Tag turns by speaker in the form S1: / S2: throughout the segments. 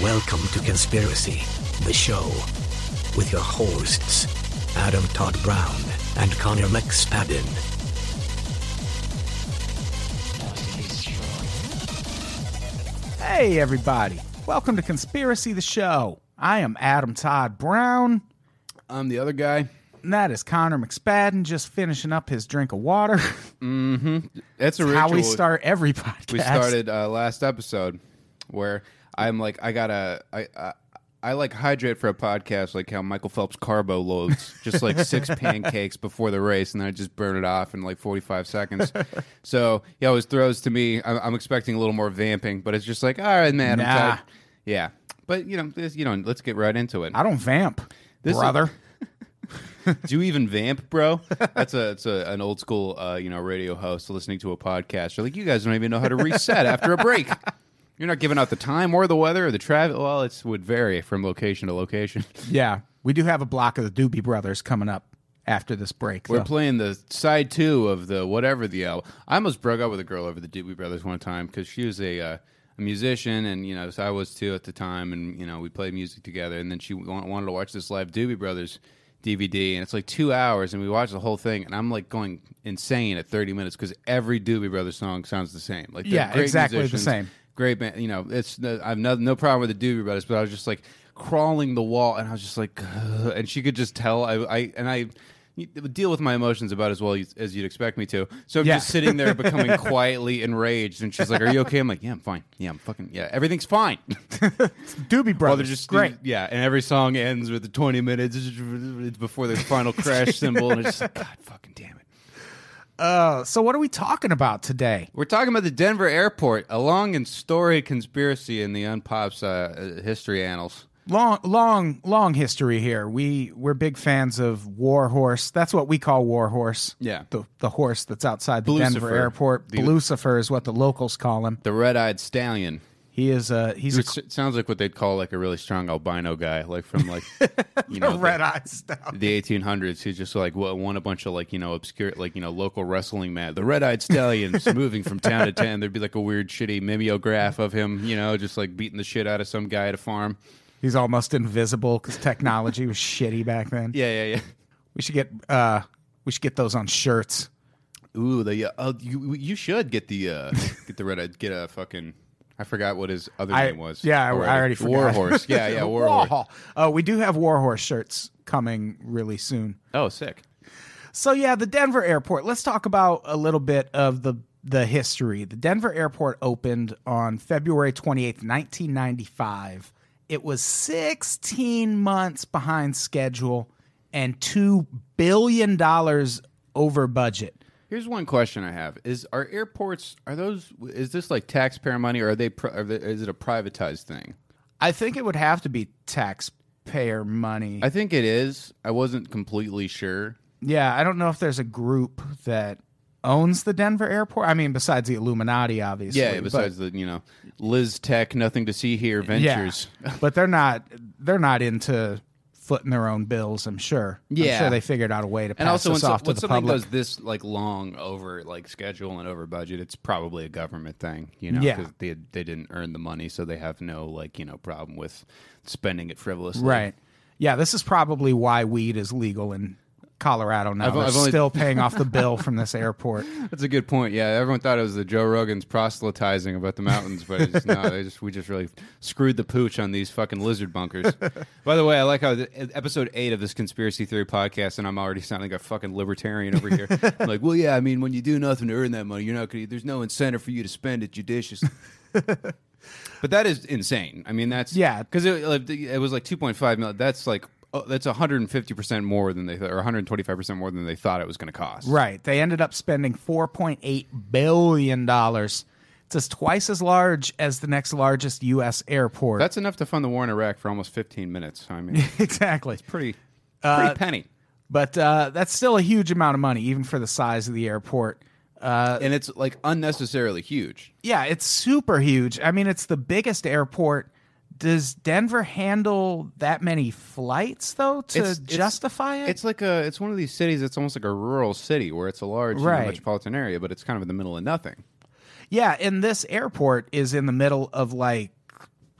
S1: Welcome to Conspiracy, the show, with your hosts, Adam Todd Brown and Connor McSpadden.
S2: Hey, everybody. Welcome to Conspiracy the Show. I am Adam Todd Brown,
S3: I'm Um, the other guy.
S2: and that is Connor McSpadden just finishing up his drink of water.
S3: That's a ritual.
S2: How we start every podcast.
S3: We started uh, last episode where I'm like, I gotta, I, I, I like hydrate for a podcast, like how Michael Phelps carbo loads, just like six pancakes before the race, and then I just burn it off in like 45 seconds. so he always throws to me. I'm, I'm expecting a little more vamping, but it's just like, all right, man,
S2: Nah.
S3: I'm tired. Yeah, but you know, this, you know, let's get right into it.
S2: I don't vamp,
S3: This is-
S2: brother.
S3: Do you even vamp, bro? That's a it's a, an old school uh, you know radio host listening to a podcast. You're like, you guys don't even know how to reset after a break. You're not giving out the time or the weather or the travel. Well, it would vary from location to location.
S2: yeah, we do have a block of the Doobie Brothers coming up after this break.
S3: We're
S2: though.
S3: playing the side two of the whatever the album. I almost broke up with a girl over the Doobie Brothers one time because she was a, uh, a musician, and you know, so I was too at the time, and you know, we played music together. And then she wa- wanted to watch this live Doobie Brothers DVD, and it's like two hours, and we watched the whole thing, and I'm like going insane at 30 minutes because every Doobie Brothers song sounds the same. Like they're
S2: Yeah,
S3: great
S2: exactly the
S3: musicians,
S2: same.
S3: Great band, you know. It's no, I've no, no problem with the Doobie Brothers, but I was just like crawling the wall, and I was just like, "Ugh," and she could just tell. I, I and I deal with my emotions about as well as- as you'd expect me to. So I'm
S2: Yeah.
S3: just sitting there becoming quietly enraged, and she's like, "Are you okay?" I'm like, "Yeah, I'm fine. Yeah, I'm fucking yeah, everything's fine."
S2: Doobie
S3: Well,
S2: Brothers.
S3: they're just
S2: great.
S3: yeah, and every song ends with the 20 minutes before the final crash cymbal, and it's just like, God, fucking damn it.
S2: Uh, so, what are we talking about today?
S3: We're talking about the Denver airport, a long and storied conspiracy in the Unpops uh, history annals.
S2: long long long history here we we're big fans of war horse that's what we call war horse
S3: Yeah.
S2: the, the horse that's outside the denver
S3: Blucifer.
S2: airport
S3: The-
S2: lucifer is what the locals call him
S3: The red-eyed stallion.
S2: he is uh he's
S3: Which s- sounds like what they'd call like a really strong albino guy, like from like you
S2: a
S3: know
S2: red
S3: the,
S2: eye stallion
S3: the 1800s. Who just like wa- won a bunch of like you know obscure like you know local wrestling match. The red-eyed stallions moving from town to town. There'd be like a weird shitty mimeograph of him, you know, just like beating the shit out of some guy at a farm.
S2: he's almost invisible because technology was shitty back then
S3: Yeah, yeah,
S2: we should get uh we should get those on shirts
S3: yeah. Ooh, the uh, oh, you you should get the uh get the red-eyed get a fucking. I forgot what his other
S2: I-
S3: name was.
S2: yeah I- i already forgot
S3: Warhorse. Yeah, yeah, Warhorse.
S2: Warhol. uh, we do have war horse shirts coming really soon
S3: Oh, sick.
S2: So yeah, the Denver airport. Let's talk about a little bit of the the history. The Denver airport opened on February 28th, 1995. It was 16 months behind schedule and 2 billion dollars over budget.
S3: Here's one question I have: Is our airports are those? Is this like taxpayer money, or are they? pri- Are they is it a privatized thing?
S2: I think it would have to be taxpayer money.
S3: I think it is. I wasn't completely sure.
S2: yeah, I don't know if there's a group that owns the Denver airport. I mean, besides the Illuminati, obviously.
S3: Yeah.
S2: but-
S3: Besides the you know, Liz Tech, nothing to see here ventures.
S2: Yeah. but they're not they're not into footing their own bills, I'm sure. I'm
S3: Yeah.
S2: sure they figured out a way to pass
S3: And also, when,
S2: this
S3: so,
S2: off to
S3: when
S2: the
S3: something
S2: public.
S3: goes this like long over like schedule and over budget, it's probably a government thing, you know,
S2: Yeah.
S3: they they didn't earn the money, so they have no like you know problem with spending it frivolously.
S2: right. Yeah, this is probably why weed is legal in Colorado now.
S3: I've-
S2: they're
S3: I've only-
S2: still paying off the bill from this airport.
S3: That's a good point. Yeah, everyone thought it was the Joe Rogan's proselytizing about the mountains, but it's not. They just we just really screwed the pooch on these fucking lizard bunkers. By the way, I like how the, episode eight of this conspiracy theory podcast, and I'm already sounding like a fucking libertarian over here. I'm like, well, yeah, I mean, when you do nothing to earn that money, you're not gonna. There's no incentive for you to spend it judiciously. But that is insane. I mean, that's
S2: Yeah.
S3: because it, like, it was like 2.5 million. That's like oh, that's 150% more than they thought, or 125% more than they thought it was going to cost.
S2: Right. They ended up spending $4.8 billion. It's just twice as large as the next largest U.S. airport.
S3: That's enough to fund the war in Iraq for almost 15 minutes. I mean,
S2: exactly.
S3: pretty, pretty penny.
S2: But uh, that's still a huge amount of money, even for the size of the airport.
S3: and it's like unnecessarily huge.
S2: Yeah, it's super huge. I mean, it's the biggest airport. Does Denver handle that many flights though to
S3: It's- it's-
S2: justify it?
S3: It's like a, it's one of these cities that's almost like a rural city where it's a large you know,
S2: Right.
S3: metropolitan area, but it's kind of in the middle of nothing.
S2: yeah, and this airport is in the middle of like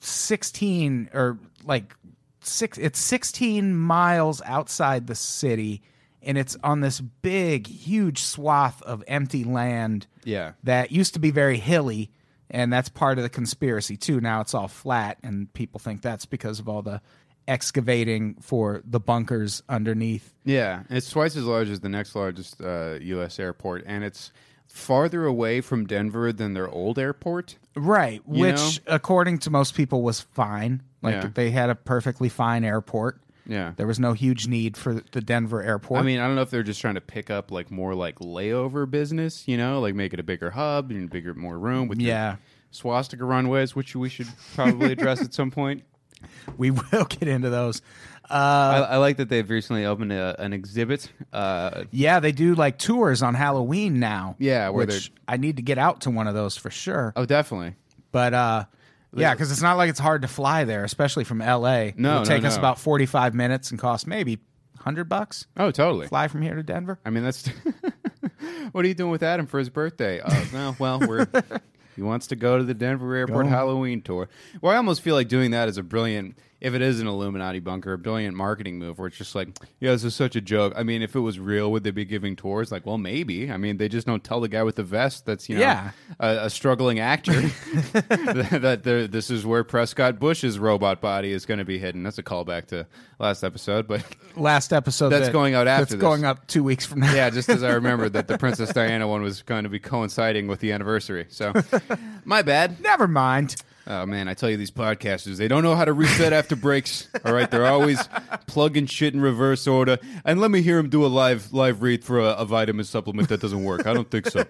S2: 16 or like six it's 16 miles outside the city and it's on this big huge swath of empty land
S3: Yeah.
S2: that used to be very hilly and that's part of the conspiracy too now it's all flat and people think that's because of all the excavating for the bunkers underneath
S3: Yeah, and it's twice as large as the next largest uh, U.S. airport, and it's farther away from Denver than their old airport.
S2: right
S3: You
S2: which
S3: know?
S2: according to most people was fine like
S3: Yeah.
S2: they had a perfectly fine airport
S3: Yeah.
S2: there was no huge need for the denver airport
S3: I mean, I don't know if they're just trying to pick up like more like layover business, you know, like make it a bigger hub and bigger, more room with your
S2: Yeah.
S3: swastika runways, which we should probably address at some point.
S2: we will get into those uh,
S3: I, I like that they've recently opened a, an exhibit. Uh,
S2: yeah they do like tours on halloween now
S3: Yeah, where
S2: which
S3: they're-
S2: i need to get out to one of those for sure
S3: oh, definitely.
S2: But uh, yeah, because it's not like it's hard to fly there, especially from L.A.
S3: No,
S2: it
S3: no,
S2: would take us
S3: no.
S2: about forty-five minutes and cost maybe hundred bucks.
S3: Oh, totally.
S2: Fly from here to Denver.
S3: I mean, that's. what are you doing with Adam for his birthday? Oh, no, well, we're. He wants to go to the Denver Airport Halloween tour. Well, I almost feel like doing that is a brilliant, if it is an Illuminati bunker, a brilliant marketing move where it's just like, yeah, this is such a joke. I mean, if it was real, would they be giving tours? Like, well, maybe. I mean, they just don't tell the guy with the vest that's, you know,
S2: Yeah.
S3: a, a struggling actor that, that there- this is where Prescott Bush's robot body is going to be hidden. That's a callback to last episode, but.
S2: Last episode
S3: That's
S2: that-
S3: going out after
S2: That's
S3: this.
S2: going up two weeks from now.
S3: Yeah, just as I remembered that the Princess Diana one was going to be coinciding with the anniversary. So, my bad.
S2: Never mind.
S3: Oh man, I tell you, these podcasters, they don't know how to reset after breaks. All right, they're always plugging shit in reverse order. And let me hear him do a live live read for a, a vitamin supplement that doesn't work. I don't think so.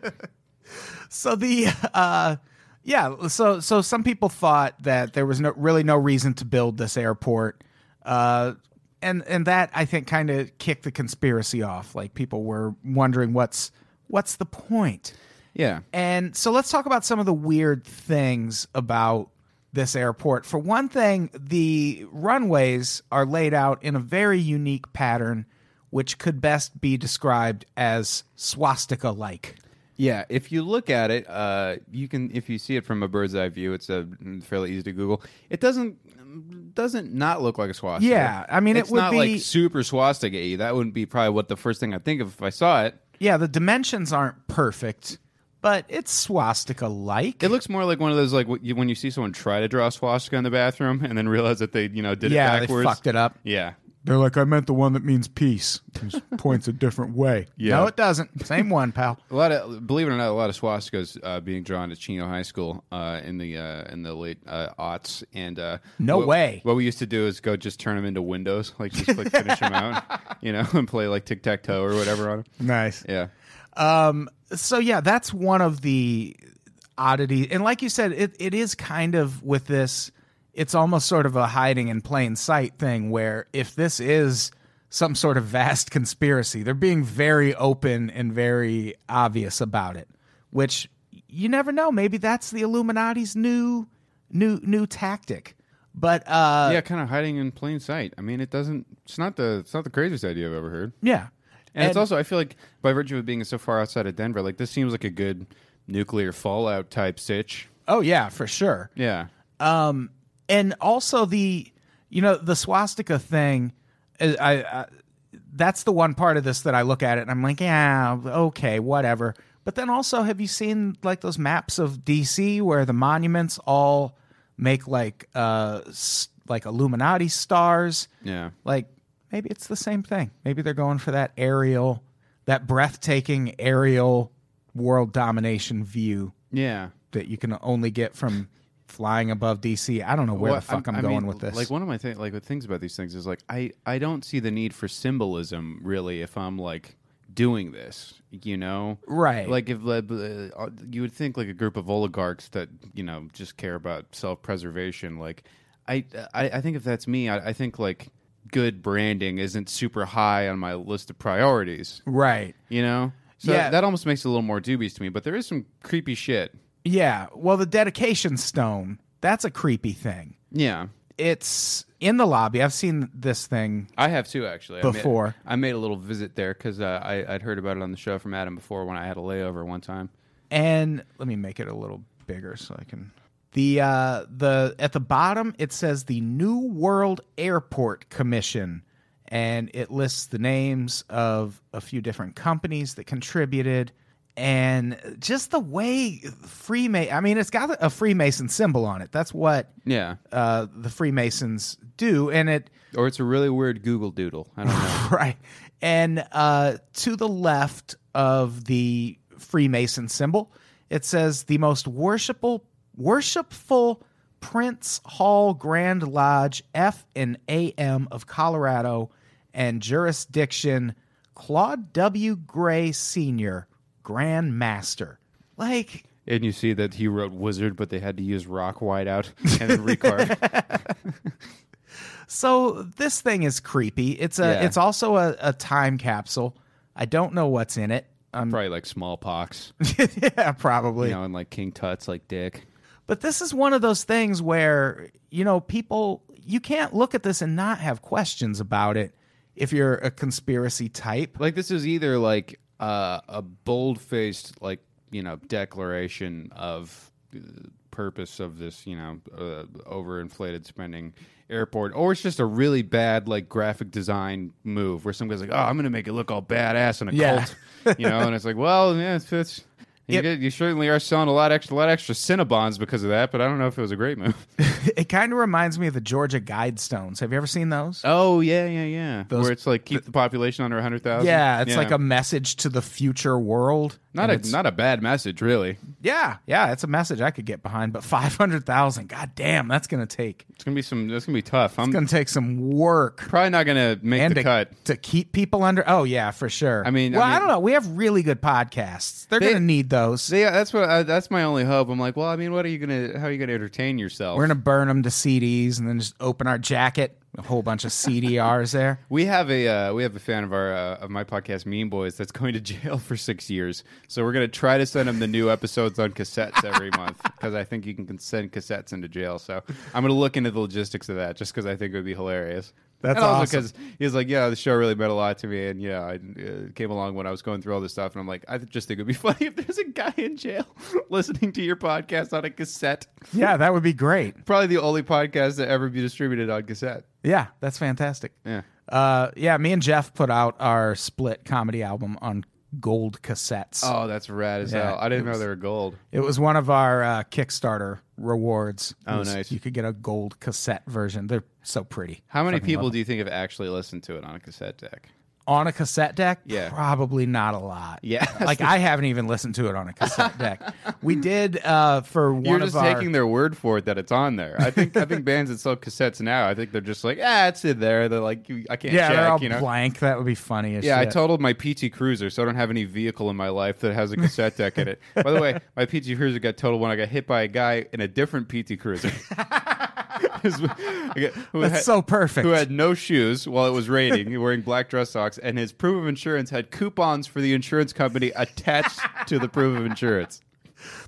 S2: So the uh, yeah, so so some people thought that there was no really no reason to build this airport, uh, and and that I think kind of kicked the conspiracy off. Like people were wondering what's what's the point.
S3: Yeah.
S2: And so let's talk about some of the weird things about this airport. For one thing, the runways are laid out in a very unique pattern, which could best be described as swastika like.
S3: Yeah, if you look at it, uh, you can if you see it from a bird's eye view, it's a mm, fairly easy to Google. It doesn't doesn't not look like a swastika.
S2: Yeah, I mean, it
S3: it's
S2: would
S3: not
S2: be-
S3: like super swastika. That wouldn't be probably what the first thing I think of if I saw it.
S2: Yeah, the dimensions aren't perfect, but it's swastika like.
S3: It looks more like one of those like what you- when you see someone try to draw a swastika in the bathroom and then realize that they you know did
S2: Yeah,
S3: it
S2: they
S3: backwards.
S2: fucked it up.
S3: Yeah,
S2: They're like, I meant the one that means peace. points a different way.
S3: Yeah.
S2: No, it doesn't. Same one, pal.
S3: a lot of believe it or not, a lot of swastikas uh, being drawn at Chino High School uh, in the uh, in the late uh, aughts. And uh,
S2: No
S3: what-
S2: way.
S3: What we used to do is go just turn them into windows, like just like finish them out, you know, and play like tic tac toe or whatever on them.
S2: Nice.
S3: Yeah,
S2: so yeah, that's one of the oddities. And like you said, it, it is kind of with this, it's almost sort of a hiding in plain sight thing where if this is some sort of vast conspiracy, they're being very open and very obvious about it, which you never know. Maybe that's the Illuminati's new new new tactic. But uh
S3: yeah, kind of hiding in plain sight. I mean, it doesn't. It's not the it's not the craziest idea I've ever heard.
S2: yeah.
S3: And, it's also I feel like by virtue of being so far outside of Denver, like this seems like a good nuclear fallout type sitch.
S2: Oh yeah, for sure.
S3: Yeah.
S2: and also the you know the swastika thing uh, I, I that's the one part of this that I look at it and I'm like yeah okay whatever but then also have you seen like those maps of DC where the monuments all make like uh s- like illuminati stars
S3: Yeah.
S2: like maybe it's the same thing maybe they're going for that aerial that breathtaking aerial world domination view
S3: Yeah.
S2: that you can only get from flying above DC. I don't know where
S3: Well,
S2: the fuck I'm,
S3: I
S2: going
S3: mean,
S2: with this.
S3: Like one of my thing, like the things about these things is like I I don't see the need for symbolism really if I'm like doing this, you know?
S2: Right.
S3: Like if uh, you would think like a group of oligarchs that you know just care about self preservation. Like I, I I think if that's me, I, I think like good branding isn't super high on my list of priorities.
S2: right.
S3: You know. So
S2: Yeah.
S3: that almost makes it a little more dubious to me, but there is some creepy shit.
S2: Yeah. Well, the dedication stone, that's a creepy thing.
S3: Yeah.
S2: It's in the lobby. I've seen this thing.
S3: I have too, actually. I made-
S2: Before.
S3: I made, a little visit there because uh, I I'd heard about it on the show from Adam before when I had a layover one time.
S2: And let me make it a little bigger so I can the uh the at the bottom it says the New World Airport Commission and it lists the names of a few different companies that contributed and just the way Freemason I mean it's got a Freemason symbol on it. That's what
S3: Yeah,
S2: uh the Freemasons do and it
S3: or it's a really weird Google Doodle. I don't know.
S2: right. And uh, to the left of the Freemason symbol, it says the most worshipful, worshipful Prince Hall Grand Lodge F and AM of Colorado and jurisdiction Claude W. Gray Sr., Grand Master. Like,
S3: and you see that he wrote wizard, but they had to use rock whiteout and then recarve.
S2: So this thing is creepy. It's a.
S3: Yeah.
S2: It's also a, a time capsule. I don't know what's in it. Um,
S3: Probably like smallpox,
S2: yeah, probably.
S3: you know, and like King Tut's like dick.
S2: But this is one of those things where, you know, people, you can't look at this and not have questions about it if you're a conspiracy type.
S3: Like this is either like uh, a bold faced like you know declaration of uh, purpose of this you know uh, overinflated spending airport, or it's just a really bad like graphic design move where some guy's like, oh, I'm gonna make it look all badass and a
S2: Yeah.
S3: cult, you know, and it's like, well, yeah, it's. it's you,
S2: Yep.
S3: get- you certainly are selling a lot extra, lot extra Cinnabons because of that, but I don't know if it was a great move.
S2: It kind of reminds me of the Georgia Guidestones. Have you ever seen those?
S3: oh yeah, yeah, yeah.
S2: Those-
S3: Where it's like keep the population under hundred thousand.
S2: yeah, it's like a message to the future world.
S3: not a not a bad message, really.
S2: Yeah, yeah, it's a message I could get behind, but 500,000, god damn, that's going to take
S3: It's gonna be some. That's gonna be tough. I'm
S2: it's going to take some work.
S3: probably not gonna make
S2: And
S3: Um, the
S2: to,
S3: cut.
S2: to keep people under, oh yeah, for sure.
S3: I mean- I
S2: well, I,
S3: mean-
S2: don't know. We have really good podcasts. They're
S3: They-
S2: going to need those.
S3: So yeah, that's what. I, that's my only hope. I'm like, well, I mean, what are you gonna? How are you gonna entertain yourself?
S2: We're gonna burn them to CDs and then just open our jacket. A whole bunch of CDRs there.
S3: We have a uh, we have a fan of our uh, of my podcast, Mean Boys, that's going to jail for six years. So we're gonna try to send him the new episodes on cassettes every month because I think you can send cassettes into jail. So I'm gonna look into the logistics of that just because I think it would be hilarious.
S2: That's
S3: and also
S2: awesome.
S3: because he was like, yeah, the show really meant a lot to me, and yeah, I uh, came along when I was going through all this stuff, and I'm like, I just think it'd be funny if there's a guy in jail listening to your podcast on a cassette.
S2: Yeah, that would be great.
S3: Probably the only podcast to ever be distributed on cassette.
S2: Yeah, that's fantastic.
S3: Yeah.
S2: Uh, yeah, me and Jeff put out our split comedy album on gold cassettes.
S3: Oh, that's rad as
S2: Yeah,
S3: hell! I didn't know they were gold.
S2: It was one of our uh, Kickstarter rewards. It
S3: Oh,
S2: was-
S3: nice.
S2: You could get a gold cassette version. They're so pretty.
S3: How many people do you think have actually listened to it on a cassette deck?
S2: On a cassette deck?
S3: Yeah.
S2: Probably not a lot.
S3: Yeah.
S2: Like I haven't even listened to it on a cassette deck. We did uh, for one
S3: You're
S2: of
S3: just
S2: our
S3: taking their word for it that it's on there. I think I think bands that sell cassettes now, I think they're just like, ah, it's in there. They're like, you- I can't
S2: Yeah,
S3: check,
S2: they're all
S3: you know.
S2: blank. That would be funny as
S3: Yeah, I
S2: shit.
S3: totaled my PT Cruiser, so I don't have any vehicle in my life that has a cassette deck in it. By the way, my PT Cruiser got totaled when I got hit by a guy in a different PT Cruiser.
S2: That's
S3: That's
S2: so perfect.
S3: Who had no shoes while it was raining, wearing black dress socks, and his proof of insurance had coupons for the insurance company attached to the proof of insurance.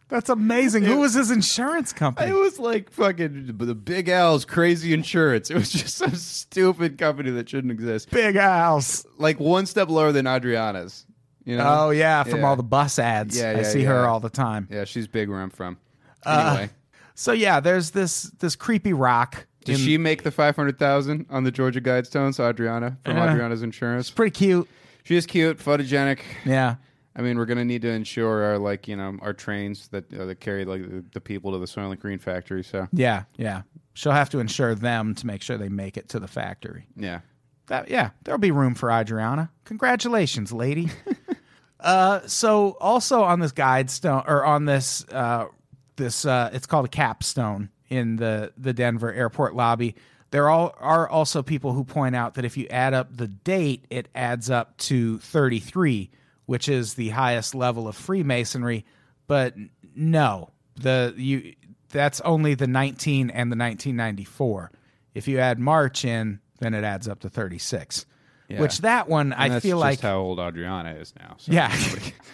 S2: That's amazing. Who was his insurance
S3: It
S2: company?
S3: was like fucking the Big Al's crazy insurance. It was just some stupid company that shouldn't exist.
S2: Big House.
S3: Like one step lower than Adriana's. You know?
S2: Oh yeah, from
S3: Uh, Yeah.
S2: all the bus ads.
S3: Yeah,
S2: I
S3: yeah,
S2: see her
S3: yeah.
S2: all the time.
S3: Yeah, she's big where I'm from. Anyway,
S2: So yeah, there's this this creepy rock.
S3: did she make the five hundred thousand on the Georgia Guidestones? Adriana from Adriana's Insurance.
S2: Pretty cute.
S3: She is cute, photogenic.
S2: Yeah.
S3: I mean, we're gonna need to insure our like you know our trains that uh, that carry like the, the people to the Soylent Green factory. So
S2: Yeah. Yeah. She'll have to insure them to make sure they make it to the factory.
S3: yeah,
S2: That yeah, there'll be room for Adriana. Congratulations, lady. uh so also on this guide stone or on this uh this. Uh, it's called a capstone in the the Denver airport lobby. There all, are also people who point out that if you add up the date, it adds up to 33, which is the highest level of Freemasonry. But n- no, the you that's only the 19 and the 1994. If you add March in, then it adds up to 36. Which that one I
S3: That's
S2: feel
S3: just
S2: like
S3: how old Adriana is now. So.
S2: yeah.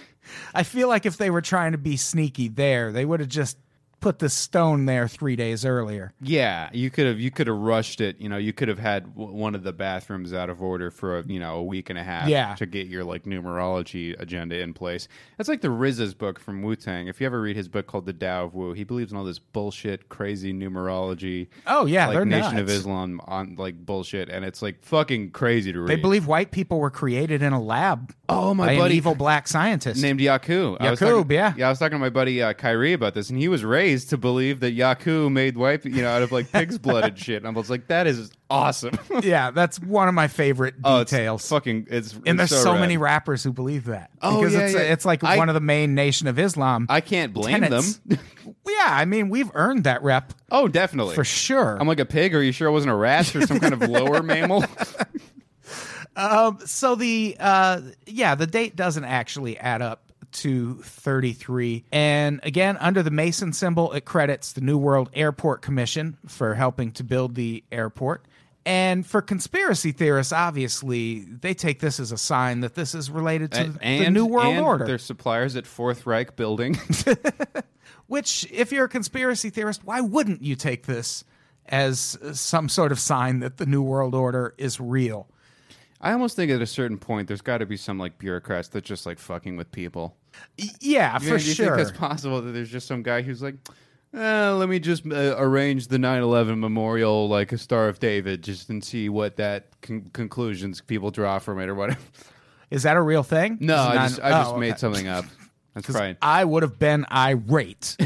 S2: I feel like if they were trying to be sneaky there, they would have just put the stone there three days earlier.
S3: Yeah, you could have you could have rushed it. You know, you could have had w- one of the bathrooms out of order for a, you know a week and a half.
S2: Yeah.
S3: to get your like numerology agenda in place. That's like the Riz's book from Wu Tang. If you ever read his book called The Tao of Wu, he believes in all this bullshit, crazy numerology.
S2: Oh, yeah,
S3: like
S2: they're
S3: Nation of
S2: nuts.
S3: Islam on like bullshit, and it's like fucking crazy to read.
S2: They believe white people were created in a lab.
S3: Oh, my
S2: by an
S3: buddy-
S2: evil black scientist.
S3: named Yaku. I was
S2: Yakub,
S3: talking-
S2: yeah.
S3: I was talking to my buddy uh, Kyrie about this, and he was raised to believe that Yaku made white, you know, out of like pig's blood and shit. And I was like, that is awesome.
S2: yeah, that's one of my favorite
S3: Oh, it's
S2: details.
S3: fucking, it's
S2: and
S3: it's
S2: there's so,
S3: rad.
S2: many rappers who believe that
S3: Oh,
S2: because
S3: yeah,
S2: it's,
S3: yeah.
S2: it's like
S3: I-
S2: one of the main Nation of Islam.
S3: I can't blame
S2: tenets.
S3: them.
S2: yeah, I mean we've earned that rep
S3: Oh, definitely
S2: for sure.
S3: I'm like a pig. Are you sure it wasn't a rat or some kind of lower mammal?
S2: so the uh yeah the date doesn't actually add up to 33 and again under the mason symbol it credits the new world airport commission for helping to build the airport and for conspiracy theorists obviously they take this as a sign that this is related to the new world
S3: and
S2: order
S3: Their suppliers at Fourth Reich Building.
S2: which if you're a conspiracy theorist why wouldn't you take this as uh, some sort of sign that the new world order is real
S3: I almost think at a certain point, there's got to be some like bureaucrats that just like fucking with people.
S2: Y- yeah
S3: You
S2: for
S3: know, do you
S2: sure
S3: think that's possible that there's just some guy who's like, eh, let me just uh, arrange the 9/11 memorial like a Star of David, just and see what that con- conclusions people draw from it or whatever.
S2: is that a real thing
S3: No,
S2: Is it
S3: I
S2: not-
S3: just I just
S2: oh, okay.
S3: made something up. That's right.
S2: I would have been irate.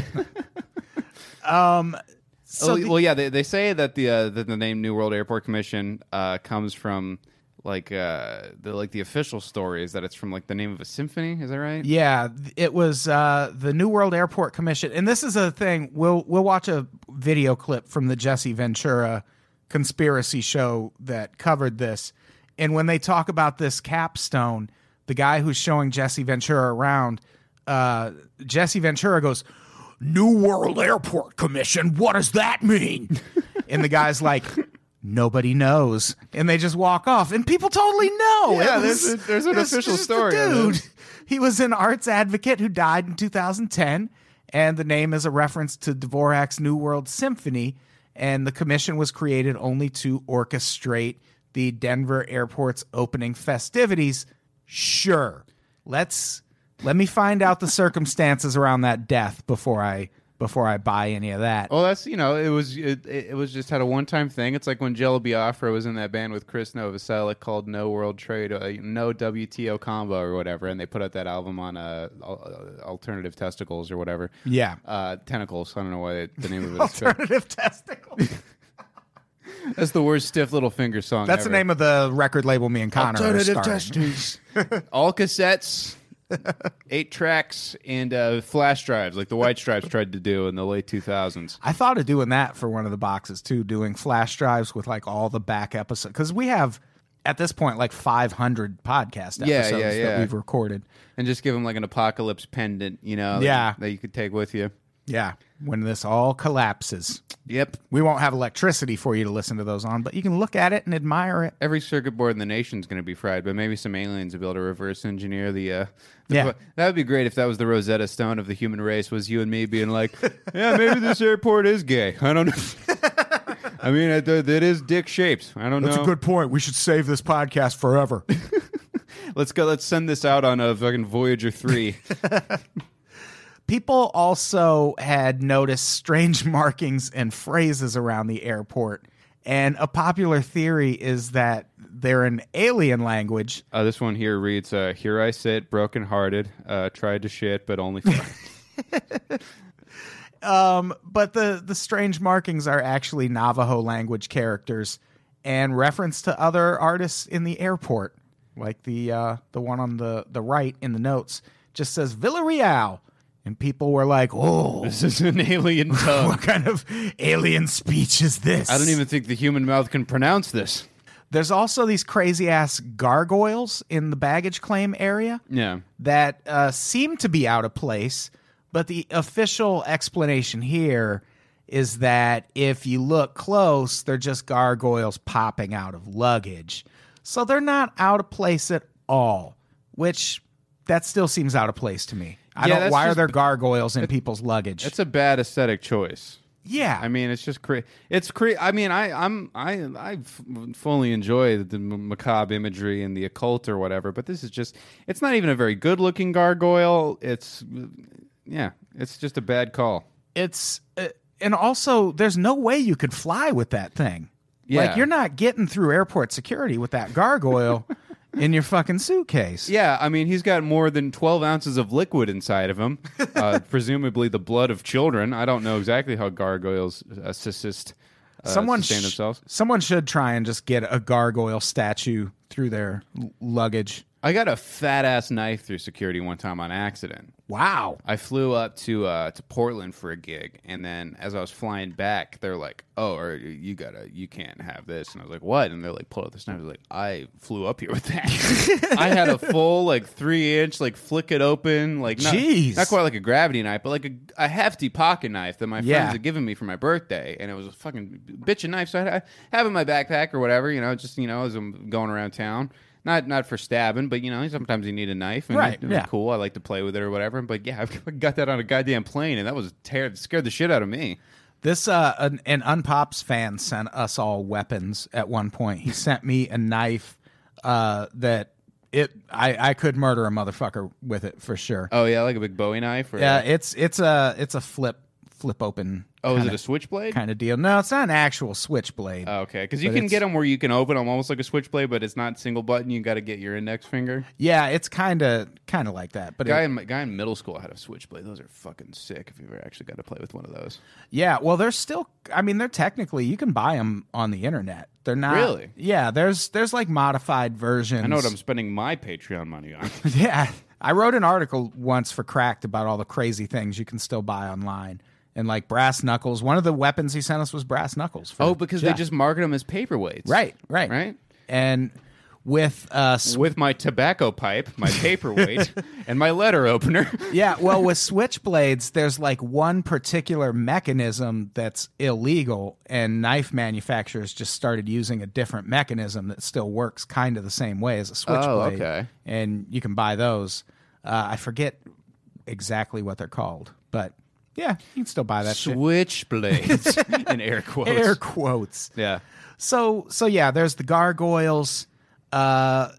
S2: um, so
S3: well,
S2: the-
S3: well, yeah, they, they say that the uh, that the name New World Airport Commission uh, comes from like uh, the like the official story is that it's from like the name of a symphony. Is that right?
S2: yeah, th- it was uh, the New World Airport Commission, and this is a thing. We'll we'll watch a video clip from the Jesse Ventura conspiracy show that covered this, and when they talk about this capstone, the guy who's showing Jesse Ventura around, uh, Jesse Ventura goes. New World Airport Commission, what does that mean? and the guy's like, nobody knows. And they just walk off. And people totally know.
S3: Yeah,
S2: It
S3: there's a- there's an
S2: it was
S3: official
S2: just a
S3: story on
S2: Dude,
S3: this.
S2: he was an arts advocate who died in 2010. And the name is a reference to Dvorak's New World Symphony. And the commission was created only to orchestrate the Denver airport's opening festivities. Sure. Let's let me find out the circumstances around that death before I before I buy any of that.
S3: Well, Oh, that's you know, it was it, it it was just had a one time thing. It's like when Jello Biafra was in that band with Chris Novoselic called No World Trade, uh, No WTO Combo or whatever, and they put out that album on uh, al- Alternative Testicles or whatever.
S2: Yeah.
S3: uh, Tentacles. I don't know why the name of it is.
S2: alternative testicles.
S3: That's the worst stiff little finger song.
S2: That's
S3: ever.
S2: the name of the record label me and Connor are starting.
S3: testes. All cassettes, eight tracks, and uh, flash drives, like the White Stripes tried to do in the late 2000s.
S2: I thought of doing that for one of the boxes too, doing flash drives with like all the back episodes because we have at this point like 500 podcast episodes
S3: Yeah, yeah, yeah.
S2: that we've recorded.
S3: And just give them like an apocalypse pendant, you know, that-
S2: Yeah.
S3: that, you could take with you.
S2: Yeah, when this all collapses,
S3: Yep.
S2: we won't have electricity for you to listen to those on, but you can look at it and admire it.
S3: Every circuit board in the nation's going to be fried, but maybe some aliens will be able to reverse engineer the. Uh, the-
S2: Yeah.
S3: that would be great if that was the Rosetta Stone of the human race. Was you and me being like, yeah, maybe this airport is gay. I don't know. I mean, it, it is dick shaped. I don't know.
S2: point. We should save this podcast forever.
S3: Let's go. Let's send this out on a fucking Voyager three.
S2: People also had noticed strange markings and phrases around the airport. And a popular theory is that they're an alien language.
S3: uh, this one here reads: uh, "Here I sit, broken-hearted, uh, tried to shit, but only." For-
S2: But the, the strange markings are actually Navajo language characters and reference to other artists in the airport, like the uh, the one on the, the right in the notes just says Villarreal. and people were like, "Oh,
S3: This is an alien tongue.
S2: what kind of alien speech is this?"
S3: I don't even think the human mouth can pronounce this.
S2: There's also these crazy ass gargoyles in the baggage claim area
S3: Yeah.
S2: that uh, seem to be out of place, but the official explanation here is that if you look close, they're just gargoyles popping out of luggage. So they're not out of place at all, which that still seems out of place to me. I
S3: Yeah,
S2: don't.
S3: that's
S2: Why are
S3: just-
S2: there gargoyles in people's luggage?
S3: It's a bad aesthetic choice.
S2: yeah,
S3: I mean, it's just cre- it's cre- I mean, I I'm I I f- fully enjoy the m- macabre imagery and the occult or whatever, but this is just it's not even a very good looking gargoyle. It's yeah, it's just a bad call.
S2: it's uh, and also there's no way you could fly with that thing.
S3: Yeah.
S2: Like you're not getting through airport security with that gargoyle in your fucking suitcase.
S3: Yeah, I mean, he's got more than 12 ounces of liquid inside of him, uh, presumably the blood of children. I don't know exactly how gargoyles uh, assist uh,
S2: someone
S3: sustain
S2: sh-
S3: themselves.
S2: Someone should try and just get a gargoyle statue through their l- luggage.
S3: I got a fat ass knife through security one time on accident.
S2: Wow.
S3: I flew up to uh, to Portland for a gig, and then as I was flying back, they're like, "Oh, or you gotta, you can't have this." And I was like, "What?" And they're like, "Pull out this knife." I was like, "I flew up here with that." I had a full like three inch, like flick it open, like not,
S2: Jeez.
S3: not quite like a gravity knife, but like a, a hefty pocket knife that my
S2: Yeah.
S3: friends had given me for my birthday, and it was a fucking bitch knife. So I, had, I have it in my backpack or whatever, you know, just you know, as I'm going around town. Not not for stabbing, but you know, sometimes you need a knife. And
S2: Right,
S3: it was
S2: yeah.
S3: cool. I like to play with it or whatever. But yeah, I got that on a goddamn plane, and that was ter- scared the shit out of me.
S2: This uh an, an Unpops fan sent us all weapons at one point. He sent me a knife uh that it I I could murder a motherfucker with it for sure.
S3: Oh yeah, like a big Bowie knife. Or,
S2: Yeah, it's it's a it's a flip flip open
S3: oh, is it a switchblade?
S2: kind of deal. No, it's not an actual switchblade.
S3: Oh, okay, because you can get them where you can open them almost like a switchblade, but it's not single button. You got to get your index finger.
S2: yeah, it's kind of kind of like that. But it-
S3: Guy in my, guy in middle school had a switchblade. Those are fucking sick. If you ever actually got to play with one of those.
S2: Yeah, well, they're still. I mean, they're technically you can buy them on the internet. They're not
S3: Really?
S2: Yeah, there's there's like modified versions.
S3: I know what I'm spending my Patreon money on.
S2: Yeah, I wrote an article once for Cracked about all the crazy things you can still buy online, and like brass knuckles. One of the weapons he sent us was brass knuckles. for-
S3: oh, because
S2: Yeah.
S3: they just market them as paperweights.
S2: right, right,
S3: Right?
S2: and with uh, s-
S3: With my tobacco pipe, my paperweight, and my letter opener.
S2: yeah, well, with switchblades, there's like one particular mechanism that's illegal, and knife manufacturers just started using a different mechanism that still works kind of the same way as a switchblade.
S3: okay.
S2: And you can buy those. Uh, I forget exactly what they're called, but yeah, you can still buy that shit.
S3: Switchblades in air quotes.
S2: Air quotes.
S3: yeah.
S2: So so yeah, there's the gargoyles, uh,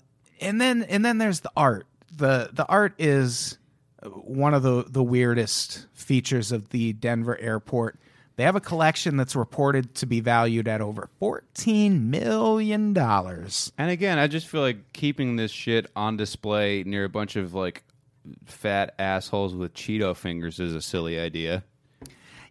S2: and then and then there's the art. the The art is one of the the weirdest features of the Denver airport. They have a collection that's reported to be valued at over fourteen million dollars.
S3: And again, I just feel like keeping this shit on display near a bunch of like fat assholes with Cheeto fingers is a silly idea.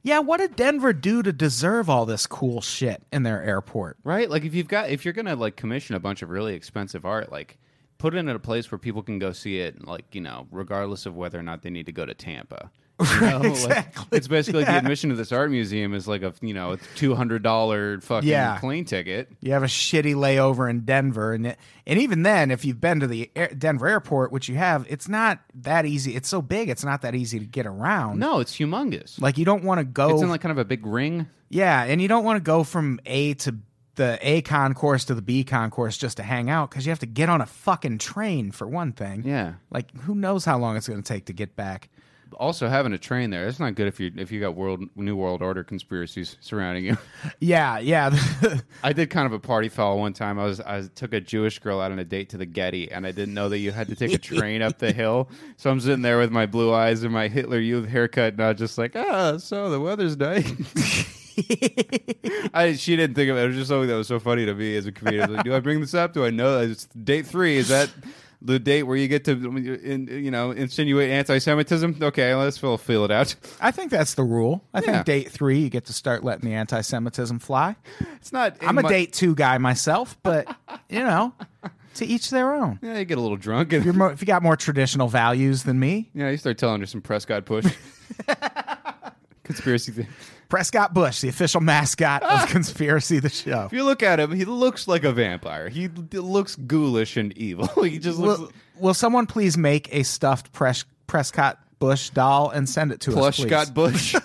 S2: Yeah, what did Denver do to deserve all this cool shit in their airport?
S3: Right? Like if you've got if you're gonna like commission a bunch of really expensive art, like put it in a place where people can go see it, like, you know, regardless of whether or not they need to go to Tampa. You know, like,
S2: exactly.
S3: it's basically like the admission to this art museum is like a you know, a two hundred dollar fucking
S2: Yeah.
S3: plane ticket.
S2: You have a shitty layover in Denver, and it, and even then, if you've been to the air, Denver airport, which you have, it's not that easy. It's so big, it's not that easy to get around.
S3: No, it's humongous.
S2: Like oh. you don't want to go,
S3: it's in like kind of a big ring.
S2: yeah, and you don't want to go from A to the A concourse to the B concourse just to hang out because you have to get on a fucking train for one thing.
S3: Yeah.
S2: like who knows how long it's going to take to get back.
S3: also having a train there that's not good if you if you got world new world order conspiracies surrounding you
S2: Yeah, yeah,
S3: i did kind of a party foul one time i was i took a jewish girl out on a date to the getty and i didn't know that you had to take a train up the hill so i'm sitting there with my blue eyes and my hitler youth haircut and i was just like ah so the weather's nice I, she didn't think of it. It was just something that was so funny to me as a comedian. I was like, do I bring this up? Do I know? It's date three. Is that the date where you get to, in, you know, insinuate anti-Semitism? Okay, let's feel feel it out.
S2: I think that's the rule. I
S3: Yeah.
S2: think date three, you get to start letting the anti-Semitism fly.
S3: It's not.
S2: I'm a date two guy myself, but you know, To each their own.
S3: Yeah, you get a little drunk and
S2: You're more, if you got more traditional values than me,
S3: yeah, you start telling her some Prescott push. Conspiracy thing.
S2: Prescott Bush, the official mascot of Conspiracy the Show.
S3: If you look at him, he looks like a vampire. He d- looks ghoulish and evil. he just looks
S2: Will, will someone please make a stuffed Pres- Prescott Bush doll and send it to
S3: plush
S2: us, please?
S3: Scott Bush.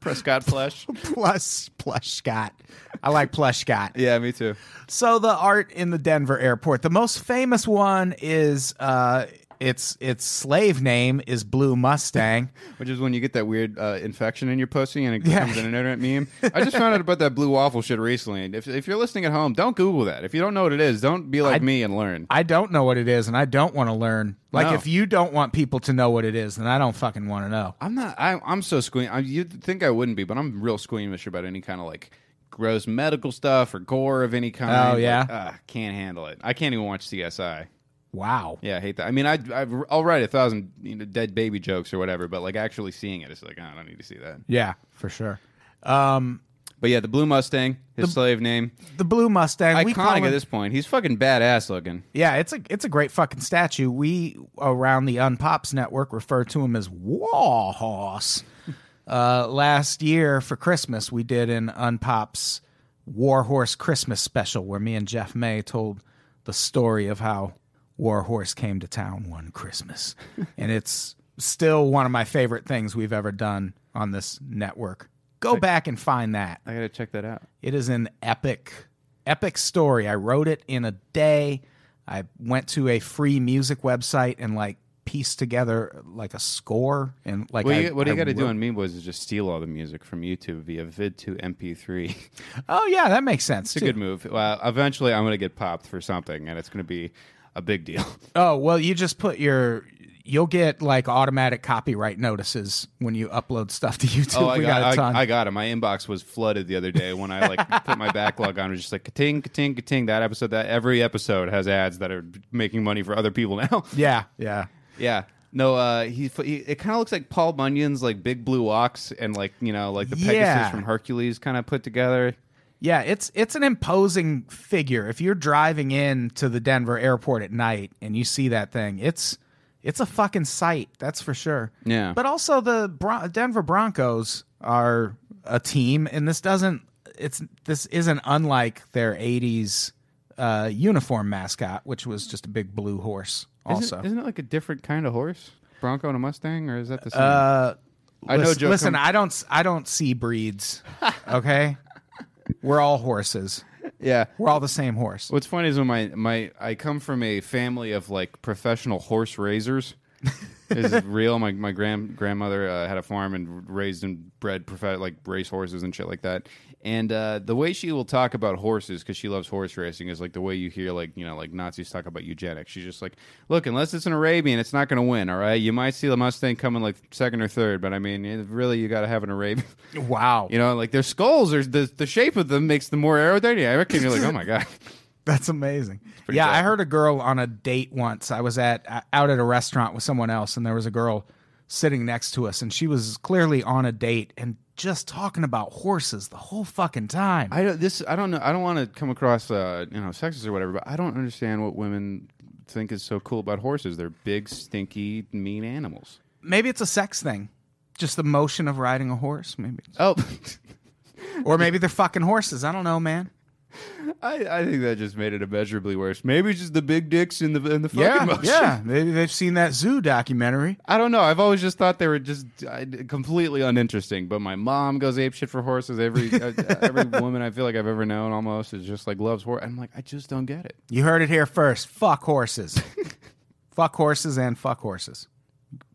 S3: Prescott plush.
S2: Plus plush Scott. I like plush Scott.
S3: Yeah, me too.
S2: So the art in the Denver airport, the most famous one is uh, its its slave name is Blue Mustang.
S3: Which is when you get that weird uh, infection in your pussy and it becomes an internet meme. I just found out about that blue waffle shit recently. And if, if you're listening at home, don't Google that. If you don't know what it is, don't be like me and learn.
S2: I don't know what it is, and I don't want to learn. Like
S3: No.
S2: if you don't want people to know what it is, then I don't fucking want to know.
S3: I'm not. I, I'm so squeam. I, you'd think I wouldn't be, but I'm real squeamish about any kind of like gross medical stuff or gore of any kind.
S2: Oh,
S3: Like,
S2: yeah?
S3: ah, can't handle it. I can't even watch CSI.
S2: Wow.
S3: Yeah, I hate that. I mean, I, I've, I'll write a thousand you know, dead baby jokes or whatever, but like actually seeing it, it's like oh, I don't need to see that.
S2: Yeah, for sure. Um,
S3: But yeah, the Blue Mustang, his slave name,
S2: the Blue Mustang. we call
S3: iconic
S2: it-
S3: at this point. He's fucking badass looking.
S2: Yeah, it's a it's a great fucking statue. We around the Unpops network refer to him as War Horse. Uh, last year for Christmas, we did an Unpops War Horse Christmas special where me and Jeff May told the story of how War Horse came to town one Christmas, and it's still one of my favorite things we've ever done on this network. Go back and find that.
S3: I gotta check that out.
S2: It is an epic, epic story. I wrote it in a day. I went to a free music website and like pieced together like a score and like.
S3: What
S2: I-
S3: you, what
S2: I
S3: you got to do
S2: wrote-
S3: on Mean Boys is just steal all the music from YouTube via vid to MP3.
S2: Oh yeah, that makes sense.
S3: it's a
S2: too.
S3: good move. Well, eventually, I'm gonna get popped for something, and it's gonna be a big deal.
S2: Oh well, you just put your. You'll get like automatic copyright notices when you upload stuff to YouTube.
S3: Oh, I
S2: we
S3: got,
S2: a ton.
S3: I, I got it. My inbox was flooded the other day when I like put my backlog on. It was just like ka-ting, ka-ting, ka-ting. That episode, that every episode has ads that are making money for other people now.
S2: yeah, yeah.
S3: yeah. No, uh, he, he it kind of looks like Paul Bunyan's like big blue ox and like you know like the Pegasus
S2: Yeah.
S3: from Hercules kind of put together.
S2: Yeah, it's it's an imposing figure. If you're driving in to the Denver airport at night and you see that thing, it's it's a fucking sight, that's for sure.
S3: Yeah.
S2: But also the Bron- Denver Broncos are a team and this doesn't it's this isn't unlike their 80s uh, uniform mascot, which was just a big blue horse also.
S3: Isn't, isn't it like a different kind of horse? Bronco and a Mustang, or is that the same?
S2: uh
S3: I know
S2: listen,
S3: Joe
S2: listen
S3: Cohen-
S2: I don't s- I don't see breeds, okay? We're all horses.
S3: yeah.
S2: We're all the same horse.
S3: What's funny is when my my I come from a family of like professional horse raisers. this is real. My my grand grandmother uh, had a farm and raised and bred prof- like race horses and shit like that. And uh, the way she will talk about horses because she loves horse racing is like the way you hear like you know like Nazis talk about eugenics. She's just like, look, unless it's an Arabian, it's not going to win. All right, you might see the Mustang coming like second or third, but I mean, it- really, you got to have an Arabian.
S2: Wow.
S3: You know, like their skulls are the the shape of them makes them more aerodynamic. I reckon you're like, oh my god.
S2: That's amazing. Yeah, I heard a girl on a date once. I was at uh, out at a restaurant with someone else, and there was a girl sitting next to us, and she was clearly on a date and just talking about horses the whole fucking time.
S3: I don't. This I don't know. I don't want to come across uh, you know sexist or whatever, but I don't understand what women think is so cool about horses. They're big, stinky, mean animals.
S2: maybe it's a sex thing, just the motion of riding a horse, maybe,
S3: Oh,
S2: or maybe they're fucking horses. I don't know, man.
S3: I, I think that just made it immeasurably worse. Maybe it's just the big dicks in the in the fucking motion.
S2: yeah. Maybe they've seen that zoo documentary.
S3: I don't know. I've always just thought they were just uh, completely uninteresting. But my mom goes apeshit for horses. Every uh, every woman I feel like I've ever known almost is just like loves horse. I'm like, I just don't get it.
S2: You heard it here first. Fuck horses. fuck horses and fuck horses,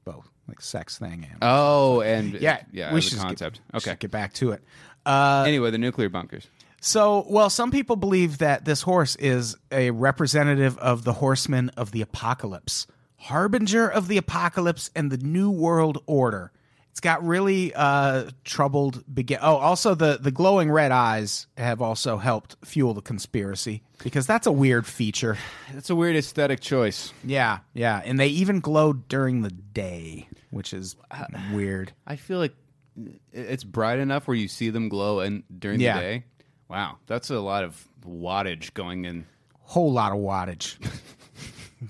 S2: both like sex thing and.
S3: Oh, and
S2: yeah,
S3: yeah.
S2: we
S3: as a
S2: should just
S3: concept.
S2: Get, okay,
S3: okay.
S2: get back to it.
S3: anyway, the nuclear bunkers.
S2: So, well, some people believe that this horse is a representative of the horsemen of the apocalypse, harbinger of the apocalypse and the new world order. It's got really uh, troubled begin. Oh, also the the glowing red eyes have also helped fuel the conspiracy because that's a weird feature.
S3: That's a weird aesthetic choice.
S2: Yeah, yeah, and they even glowed during the day, which is
S3: Uh,
S2: weird.
S3: I feel like it's bright enough where you see them glow and during
S2: Yeah.
S3: the day. Wow, that's a lot of wattage going in.
S2: Whole lot of wattage.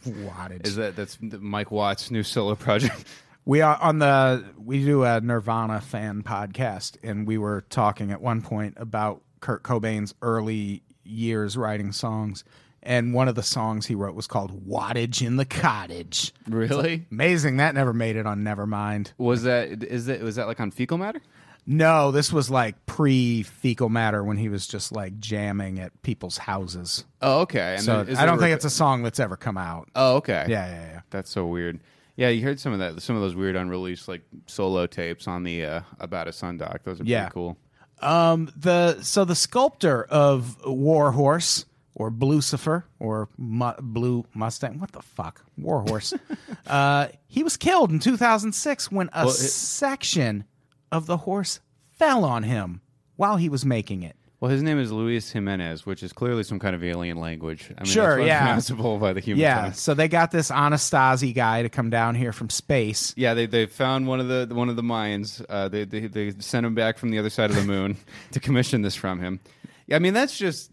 S2: wattage.
S3: Is that that's Mike Watt's new solo project?
S2: We are on the we do a Nirvana fan podcast, and we were talking at one point about Kurt Cobain's early years writing songs, and one of the songs he wrote was called "Wattage in the Cottage."
S3: really?
S2: Amazing that never made it on Nevermind.
S3: Was that is that was that like on fecal matter?
S2: No, this was like pre fecal matter when he was just like jamming at people's houses.
S3: Oh, okay. And
S2: So
S3: then- is
S2: I
S3: there
S2: don't
S3: a-
S2: think it's a song that's ever come out.
S3: Oh, okay.
S2: Yeah, yeah, yeah.
S3: That's so weird. Yeah, you heard some of that, some of those weird unreleased like solo tapes on the uh, About a Sundock. Those are
S2: Yeah.
S3: pretty cool.
S2: Um, the so the sculptor of Warhorse or Blucifer or Mu- Blue Mustang, what the fuck, Warhorse? uh, he was killed in 2006 when a
S3: Well, it-
S2: section of the horse fell on him while he was making it.
S3: Well, his name is Luis Jimenez, which is clearly some kind of alien language. I mean,
S2: Sure,
S3: that's
S2: yeah.
S3: pronounceable by the human.
S2: Yeah,
S3: tongue.
S2: so they got this Anastasi guy to come down here from space.
S3: Yeah, they, they found one of the one of the Mayans. Uh, they, they they sent him back from the other side of the moon to commission this from him. Yeah, I mean that's just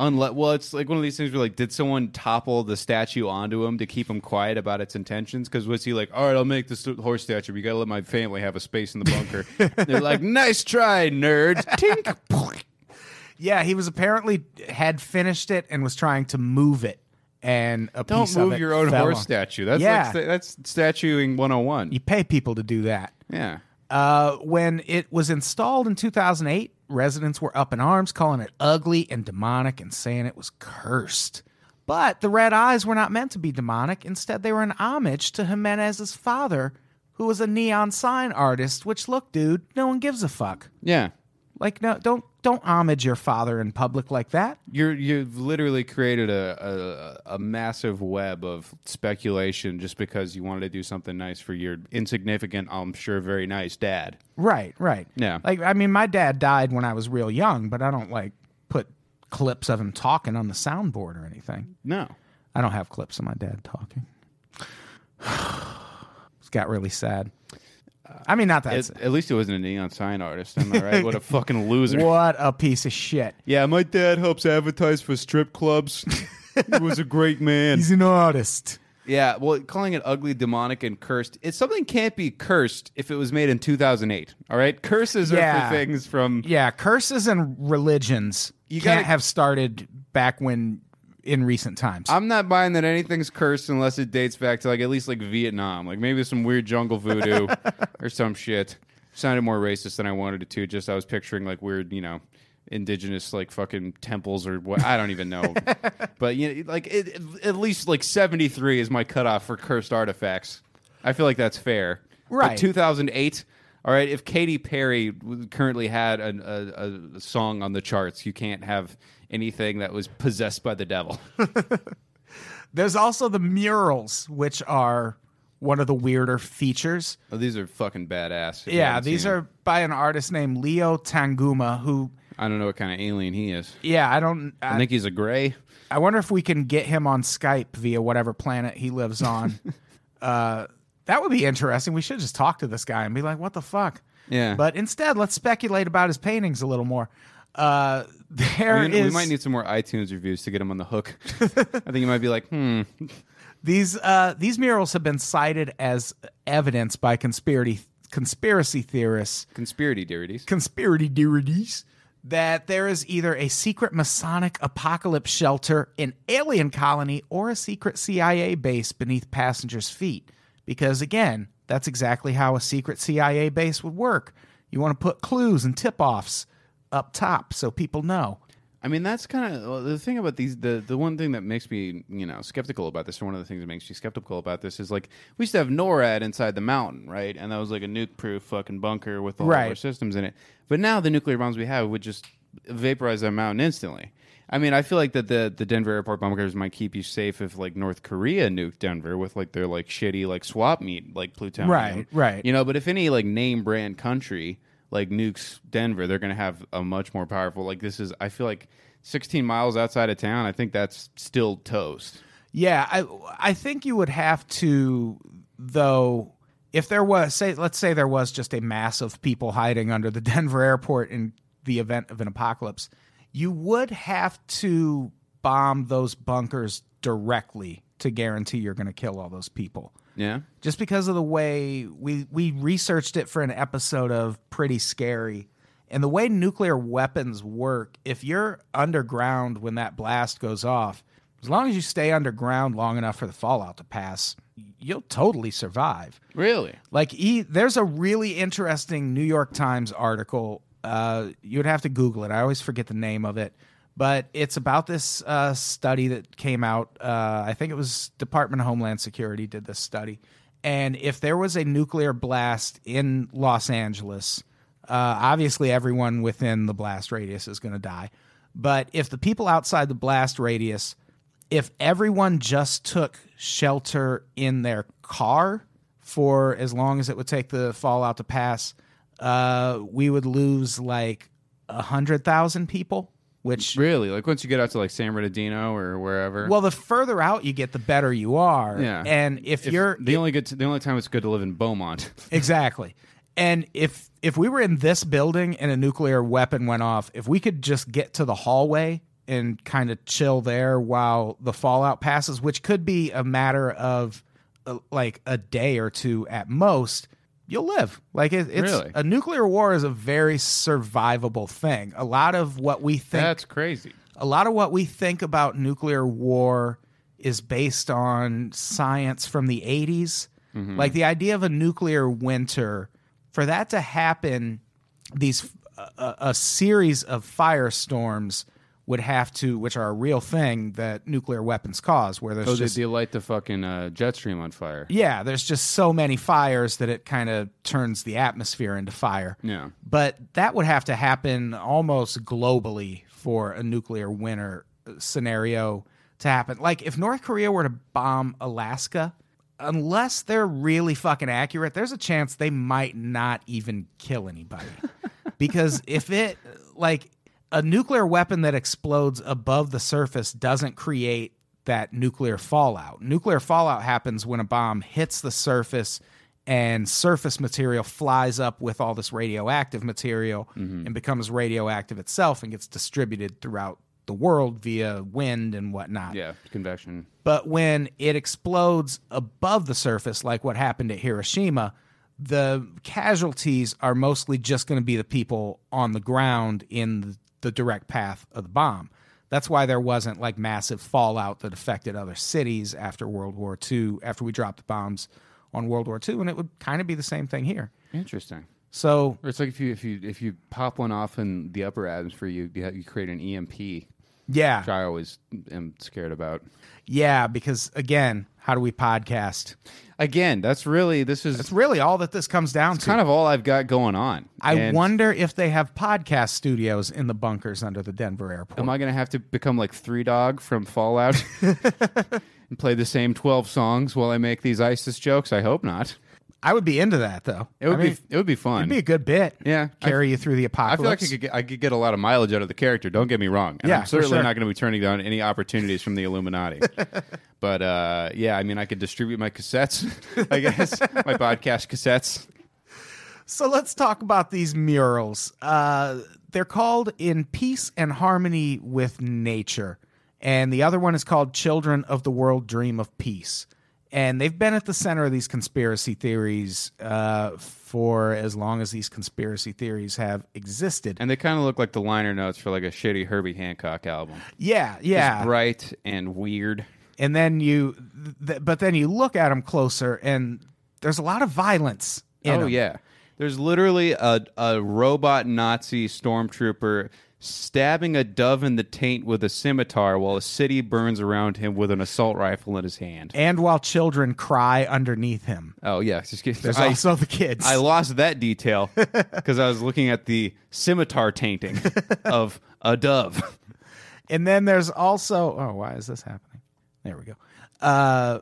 S3: unle- Well, it's like one of these things where like, did someone topple the statue onto him to keep him quiet about its intentions? Because was he like, all right, I'll make this horse statue. but You got to let my family have a space in the bunker. They're like, nice try, nerd. Tink.
S2: Yeah, he was apparently had finished it and was trying to move it, and a
S3: Don't
S2: piece of
S3: move
S2: it
S3: your own
S2: fell
S3: horse
S2: on-
S3: statue. That's
S2: Yeah.
S3: like sta- that's statuing 101.
S2: You pay people to do that.
S3: Yeah.
S2: Uh, when it was installed in 2008, residents were up in arms, calling it ugly and demonic and saying it was cursed. But the red eyes were not meant to be demonic. Instead, they were an homage to Jimenez's father, who was a neon sign artist. Which, look, dude, no one gives a fuck.
S3: Yeah.
S2: Like, no, don't don't homage your father in public like that.
S3: You're you've literally created a, a a massive web of speculation just because you wanted to do something nice for your insignificant, I'm sure, very nice dad.
S2: Right, right.
S3: Yeah.
S2: Like, I mean, my dad died when I was real young, but I don't like put clips of him talking on the soundboard or anything.
S3: No.
S2: I don't have clips of my dad talking. it got really sad. I mean, not that.
S3: At,
S2: sad.
S3: at least he wasn't a neon sign artist. Am I right? What a fucking loser.
S2: what a piece of shit.
S3: Yeah, my dad helps advertise for strip clubs. he was a great man.
S2: He's an artist.
S3: yeah, well, calling it ugly, demonic, and cursed. It's something can't be cursed if it was made in 2008. All right, curses are
S2: Yeah.
S3: for things from
S2: Yeah, curses and religions
S3: You
S2: can't
S3: gotta-
S2: have started back when in recent times.
S3: I'm not buying that anything's cursed unless it dates back to like at least like Vietnam, like maybe some weird jungle voodoo or some shit. Sounded more racist than I wanted it to. Just I was picturing like weird, you know, indigenous like fucking temples or what. I don't even know. but you know, like it, at least like 73 is my cutoff for cursed artifacts. I feel like that's fair. But
S2: Right.
S3: 2008. All right, if Katy Perry w- currently had a, a, a song on the charts, you can't have anything that was possessed by the devil.
S2: There's also the murals, which are one of the weirder features.
S3: Oh, these are fucking badass. if you
S2: Yeah,
S3: haven't
S2: these
S3: seen
S2: are
S3: them.
S2: by an artist named Leo Tanguma, who,
S3: I don't know what kind of alien he is.
S2: yeah, I don't.
S3: I,
S2: I,
S3: think he's a gray.
S2: I wonder if we can get him on Skype via whatever planet he lives on. uh, that would be interesting. We should just talk to this guy and be like, what the fuck?
S3: Yeah.
S2: But instead, let's speculate about his paintings a little more. Uh, there
S3: We,
S2: is
S3: we might need some more iTunes reviews to get him on the hook. I think he might be like, hmm.
S2: these uh, these murals have been cited as evidence by conspiracy conspiracy theorists
S3: Conspiracy deities.
S2: conspiracy theories that there is either a secret Masonic apocalypse shelter, an alien colony, or a secret CIA base beneath passengers' feet. Because again, that's exactly how a secret CIA base would work. You want to put clues and tip offs up top so people know.
S3: I mean, that's kind of well, the thing about these. The the one thing that makes me, you know, skeptical about this, or one of the things that makes me skeptical about this, is like we used to have NORAD inside the mountain, right? And that was like a nuke-proof fucking bunker with all of our
S2: Right.
S3: systems in it. But now the nuclear bombs we have would just vaporize that mountain instantly. I mean, I feel like that the the Denver airport bunkers might keep you safe if like North Korea nuked Denver with like their like shitty like swap meet like plutonium,
S2: Right, right.
S3: You know, but if any like name brand country like nukes Denver, they're going to have a much more powerful. Like this is, I feel like 16 miles outside of town. I think that's still toast.
S2: Yeah, I I think you would have to though if there was say let's say there was just a mass of people hiding under the Denver airport in the event of an apocalypse, you would have to bomb those bunkers directly to guarantee you're going to kill all those people.
S3: Yeah.
S2: Just because of the way we we researched it for an episode of Pretty Scary and the way nuclear weapons work, if you're underground when that blast goes off, as long as you stay underground long enough for the fallout to pass, you'll totally survive.
S3: Really?
S2: Like, e- there's a really interesting New York Times article. Uh, you'd have to Google it. I always forget the name of it, but it's about this uh, study that came out. Uh, I think it was Department of Homeland Security did this study, and if there was a nuclear blast in Los Angeles, uh, obviously everyone within the blast radius is going to die. But if the people outside the blast radius if everyone just took shelter in their car for as long as it would take the fallout to pass, uh, we would lose like a hundred thousand people. Which,
S3: Really? Like once you get out to like San Bernardino or wherever.
S2: well, the further out you get, the better you are.
S3: Yeah.
S2: And if,
S3: If-
S2: you're
S3: the only good the only time it's good to live in Beaumont.
S2: exactly, and if if we were in this building and a nuclear weapon went off, if we could just get to the hallway and kind of chill there while the fallout passes, which could be a matter of uh, like a day or two at most, you'll live. Like it, it's
S3: Really?
S2: a nuclear war is a very survivable thing. A lot of what we think
S3: That's crazy.
S2: a lot of what we think about nuclear war is based on science from the 80s.
S3: Mm-hmm.
S2: Like the idea of a nuclear winter, for that to happen, these a- a, a series of firestorms would have to, which are a real thing that nuclear weapons cause, where there's
S3: Oh, they,
S2: just
S3: they light the fucking uh, jet stream on fire.
S2: yeah, there's just so many fires that it kind of turns the atmosphere into fire.
S3: Yeah.
S2: But that would have to happen almost globally for a nuclear winter scenario to happen. Like if North Korea were to bomb Alaska, unless they're really fucking accurate, there's a chance they might not even kill anybody. because if it like a nuclear weapon that explodes above the surface doesn't create that nuclear fallout. Nuclear fallout happens when a bomb hits the surface and surface material flies up with all this radioactive material and becomes radioactive itself and gets distributed throughout the world via wind and whatnot.
S3: Yeah, convection.
S2: But when it explodes above the surface, like what happened at Hiroshima, the casualties are mostly just going to be the people on the ground in the direct path of the bomb. That's why there wasn't like massive fallout that affected other cities after World War II, after we dropped the bombs on World War II. And it would kind of be the same thing here.
S3: Interesting.
S2: So
S3: Or it's like if you if you if you pop one off in the upper atmosphere, you you, have, you create an E EMP, which
S2: yeah,
S3: I always am scared about.
S2: yeah, because again, how do we podcast?
S3: Again, that's really this is
S2: It's really all that this comes down to.
S3: kind of all I've got going on.
S2: I
S3: And
S2: wonder if they have podcast studios in the bunkers under the Denver airport.
S3: Am I going to have to become like Three Dog from Fallout and play the same twelve songs while I make these ISIS jokes? I hope not.
S2: I would be into that though.
S3: It would
S2: I mean,
S3: be it would be fun.
S2: it'd be a good bit.
S3: Yeah.
S2: carry you through the
S3: I
S2: apocalypse.
S3: feel like I could, get, I could get a lot of mileage out of the character. Don't get me wrong. And
S2: Yeah,
S3: I'm
S2: for
S3: certainly
S2: sure.
S3: not going to be turning down any opportunities from the Illuminati. but uh, yeah, I mean, I could distribute my cassettes, I guess, my podcast cassettes.
S2: so let's talk about these murals. Uh, they're called "In Peace and Harmony with Nature," and the other one is called "Children of the World Dream of Peace." And they've been at the center of these conspiracy theories uh, for as long as these conspiracy theories have existed.
S3: And they kind of look like the liner notes for like a shitty Herbie Hancock album.
S2: yeah, yeah.
S3: It's bright and weird.
S2: and then you th- but then you look at them closer and there's a lot of violence in
S3: oh,
S2: 'em.
S3: yeah. There's literally a, a robot Nazi stormtrooper stabbing a dove in the taint with a scimitar while a city burns around him with an assault rifle in his hand.
S2: and while children cry underneath him
S3: Oh, yeah. Just kidding.
S2: there's
S3: I-
S2: also the kids
S3: I lost that detail because I was looking at the scimitar tainting of a dove.
S2: and then there's also oh why is this happening there we go uh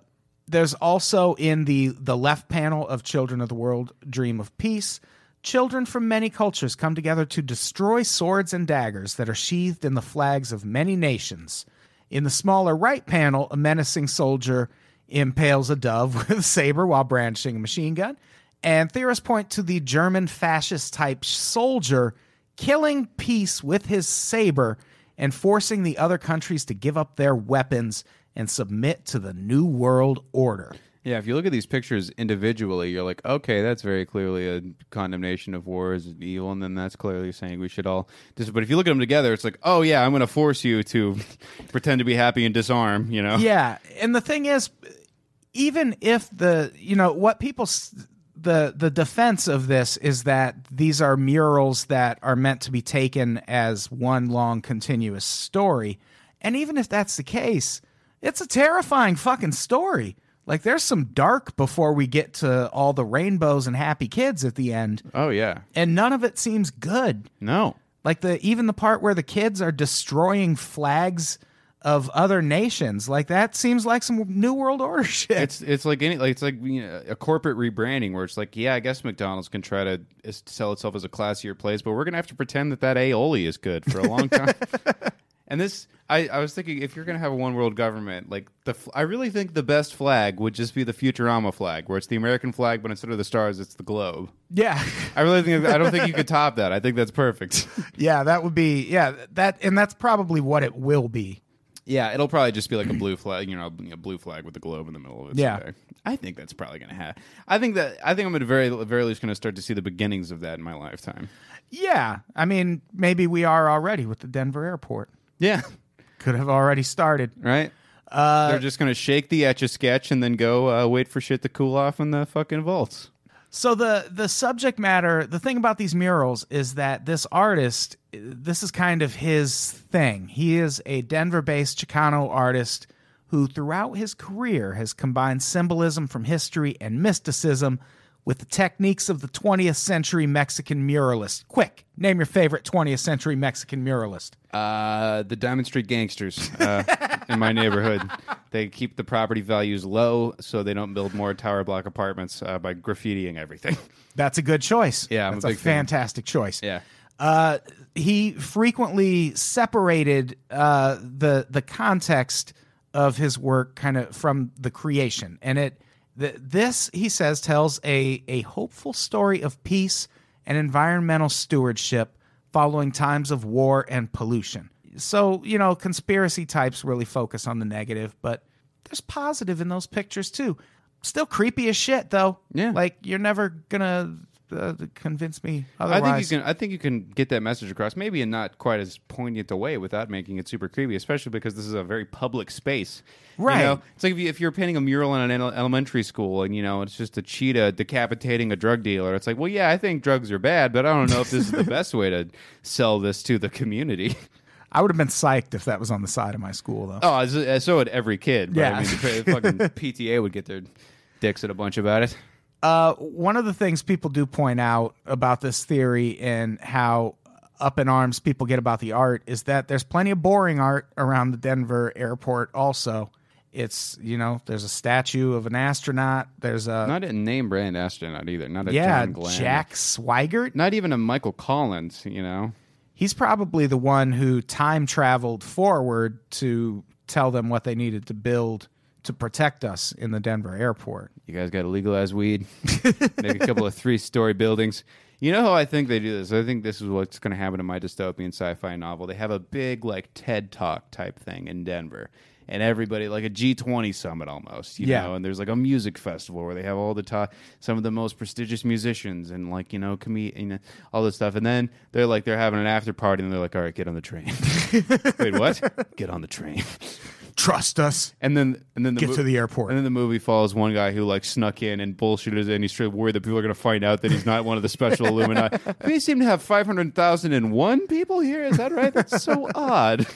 S2: there's also in the the left panel of children of the world dream of peace children from many cultures come together to destroy swords and daggers that are sheathed in the flags of many nations in the smaller right panel a menacing soldier impales a dove with a saber while brandishing a machine gun and theorists point to the german fascist type soldier killing peace with his saber and forcing the other countries to give up their weapons and submit to the New World Order.
S3: Yeah, if you look at these pictures individually, you're like, okay, that's very clearly a condemnation of war as evil, and then that's clearly saying we should all. Dis- but if you look at them together, it's like, oh yeah, I'm going to force you to pretend to be happy and disarm. You know?
S2: Yeah, and the thing is, even if the you know what people s- the the defense of this is that these are murals that are meant to be taken as one long continuous story, and even if that's the case, it's a terrifying fucking story. Like there's some dark before we get to all the rainbows and happy kids at the end,
S3: Oh yeah.
S2: and none of it seems good.
S3: No.
S2: Like the even the part where the kids are destroying flags of other nations, like that seems like some New World Order shit.
S3: It's it's like any like it's like you know, a corporate rebranding where it's like yeah I guess McDonald's can try to s- sell itself as a classier place but we're gonna have to pretend that that aioli is good for a long time. and this I, I was thinking if you're gonna have a one world government like the fl- I really think the best flag would just be the Futurama flag where it's the American flag but instead of the stars it's the globe.
S2: yeah,
S3: I really think I don't think you could top that. I think that's perfect.
S2: yeah, that would be yeah that, and that's probably what it will be.
S3: Yeah, it'll probably just be like a blue flag, you know, a you know, blue flag with a globe in the middle of it.
S2: Yeah.
S3: someday. I think that's probably going to happen. I think that I think I'm at the very very least going to start to see the beginnings of that in my lifetime.
S2: Yeah, I mean maybe we are already with the Denver airport.
S3: Yeah, Uh,
S2: Could have already started.
S3: right. They're just going to shake the etch a sketch and then go uh, wait for shit to cool off in the fucking vaults.
S2: So the the subject matter, the thing about these murals is that this artist, this is kind of his thing. He is a Denver-based Chicano artist who throughout his career has combined symbolism from history and mysticism with the techniques of the 20th century Mexican muralist. Quick, name your favorite 20th century Mexican muralist.
S3: Uh, the Diamond Street gangsters uh, in my neighborhood. They keep the property values low so they don't build more tower block apartments uh, by graffitiing everything.
S2: That's a good choice.
S3: Yeah, I'm a
S2: that's
S3: big fan.
S2: fantastic choice.
S3: Yeah.
S2: Uh, he frequently separated uh, the the context of his work kind of from the creation, and it th- this he says tells a a hopeful story of peace and environmental stewardship following times of war and pollution. So you know, conspiracy types really focus on the negative, but there's positive in those pictures too. Still creepy as shit though.
S3: Yeah.
S2: like you're never gonna uh, convince me
S3: I
S2: otherwise.
S3: think you can. I think you can get that message across, maybe in not quite as poignant a way, without making it super creepy. Especially because this is a very public space. You
S2: Right.
S3: know, it's like if, you, if you're painting a mural in an ele- elementary school, and you know it's just a cheetah decapitating a drug dealer. It's like, well, yeah, I think drugs are bad, but I don't know if this is the best way to sell this to the community.
S2: I would have been psyched if that was on the side of my school, though.
S3: Oh, so so would every kid. But
S2: Yeah.
S3: I mean, the fucking PTA would get their dicks at a bunch about it.
S2: Uh, one of the things people do point out about this theory and how up in arms people get about the art is that there's plenty of boring art around the Denver airport, also. It's, you know, there's a statue of an astronaut. There's a,
S3: Not a name brand astronaut either. Not a
S2: yeah,
S3: John Glenn.
S2: Jack Swigert.
S3: Not even a Michael Collins. You know.
S2: He's probably the one who time traveled forward to tell them what they needed to build to protect us in the Denver airport.
S3: You guys got to legalize weed. Make a couple of three story buildings. You know how I think they do this? I think this is what's going to happen in my dystopian sci fi novel. They have a big, like, TED Talk type thing in Denver. And everybody, like a G20 summit almost, you
S2: Yeah.
S3: know, and there's like a music festival where they have all the top, some of the most prestigious musicians and like, you know, com- you know, all this stuff. And then they're like, they're having an after party and they're like, all right, get on the train. Wait, what? Get on the train.
S2: Trust us.
S3: And then and then the
S2: Get to the airport.
S3: And then the movie follows one guy who like snuck in and bullshitted and he's straight worried that people are going to find out that he's not one of the special Illuminati. We seem to have five hundred thousand and one people here. Is that right? That's so odd.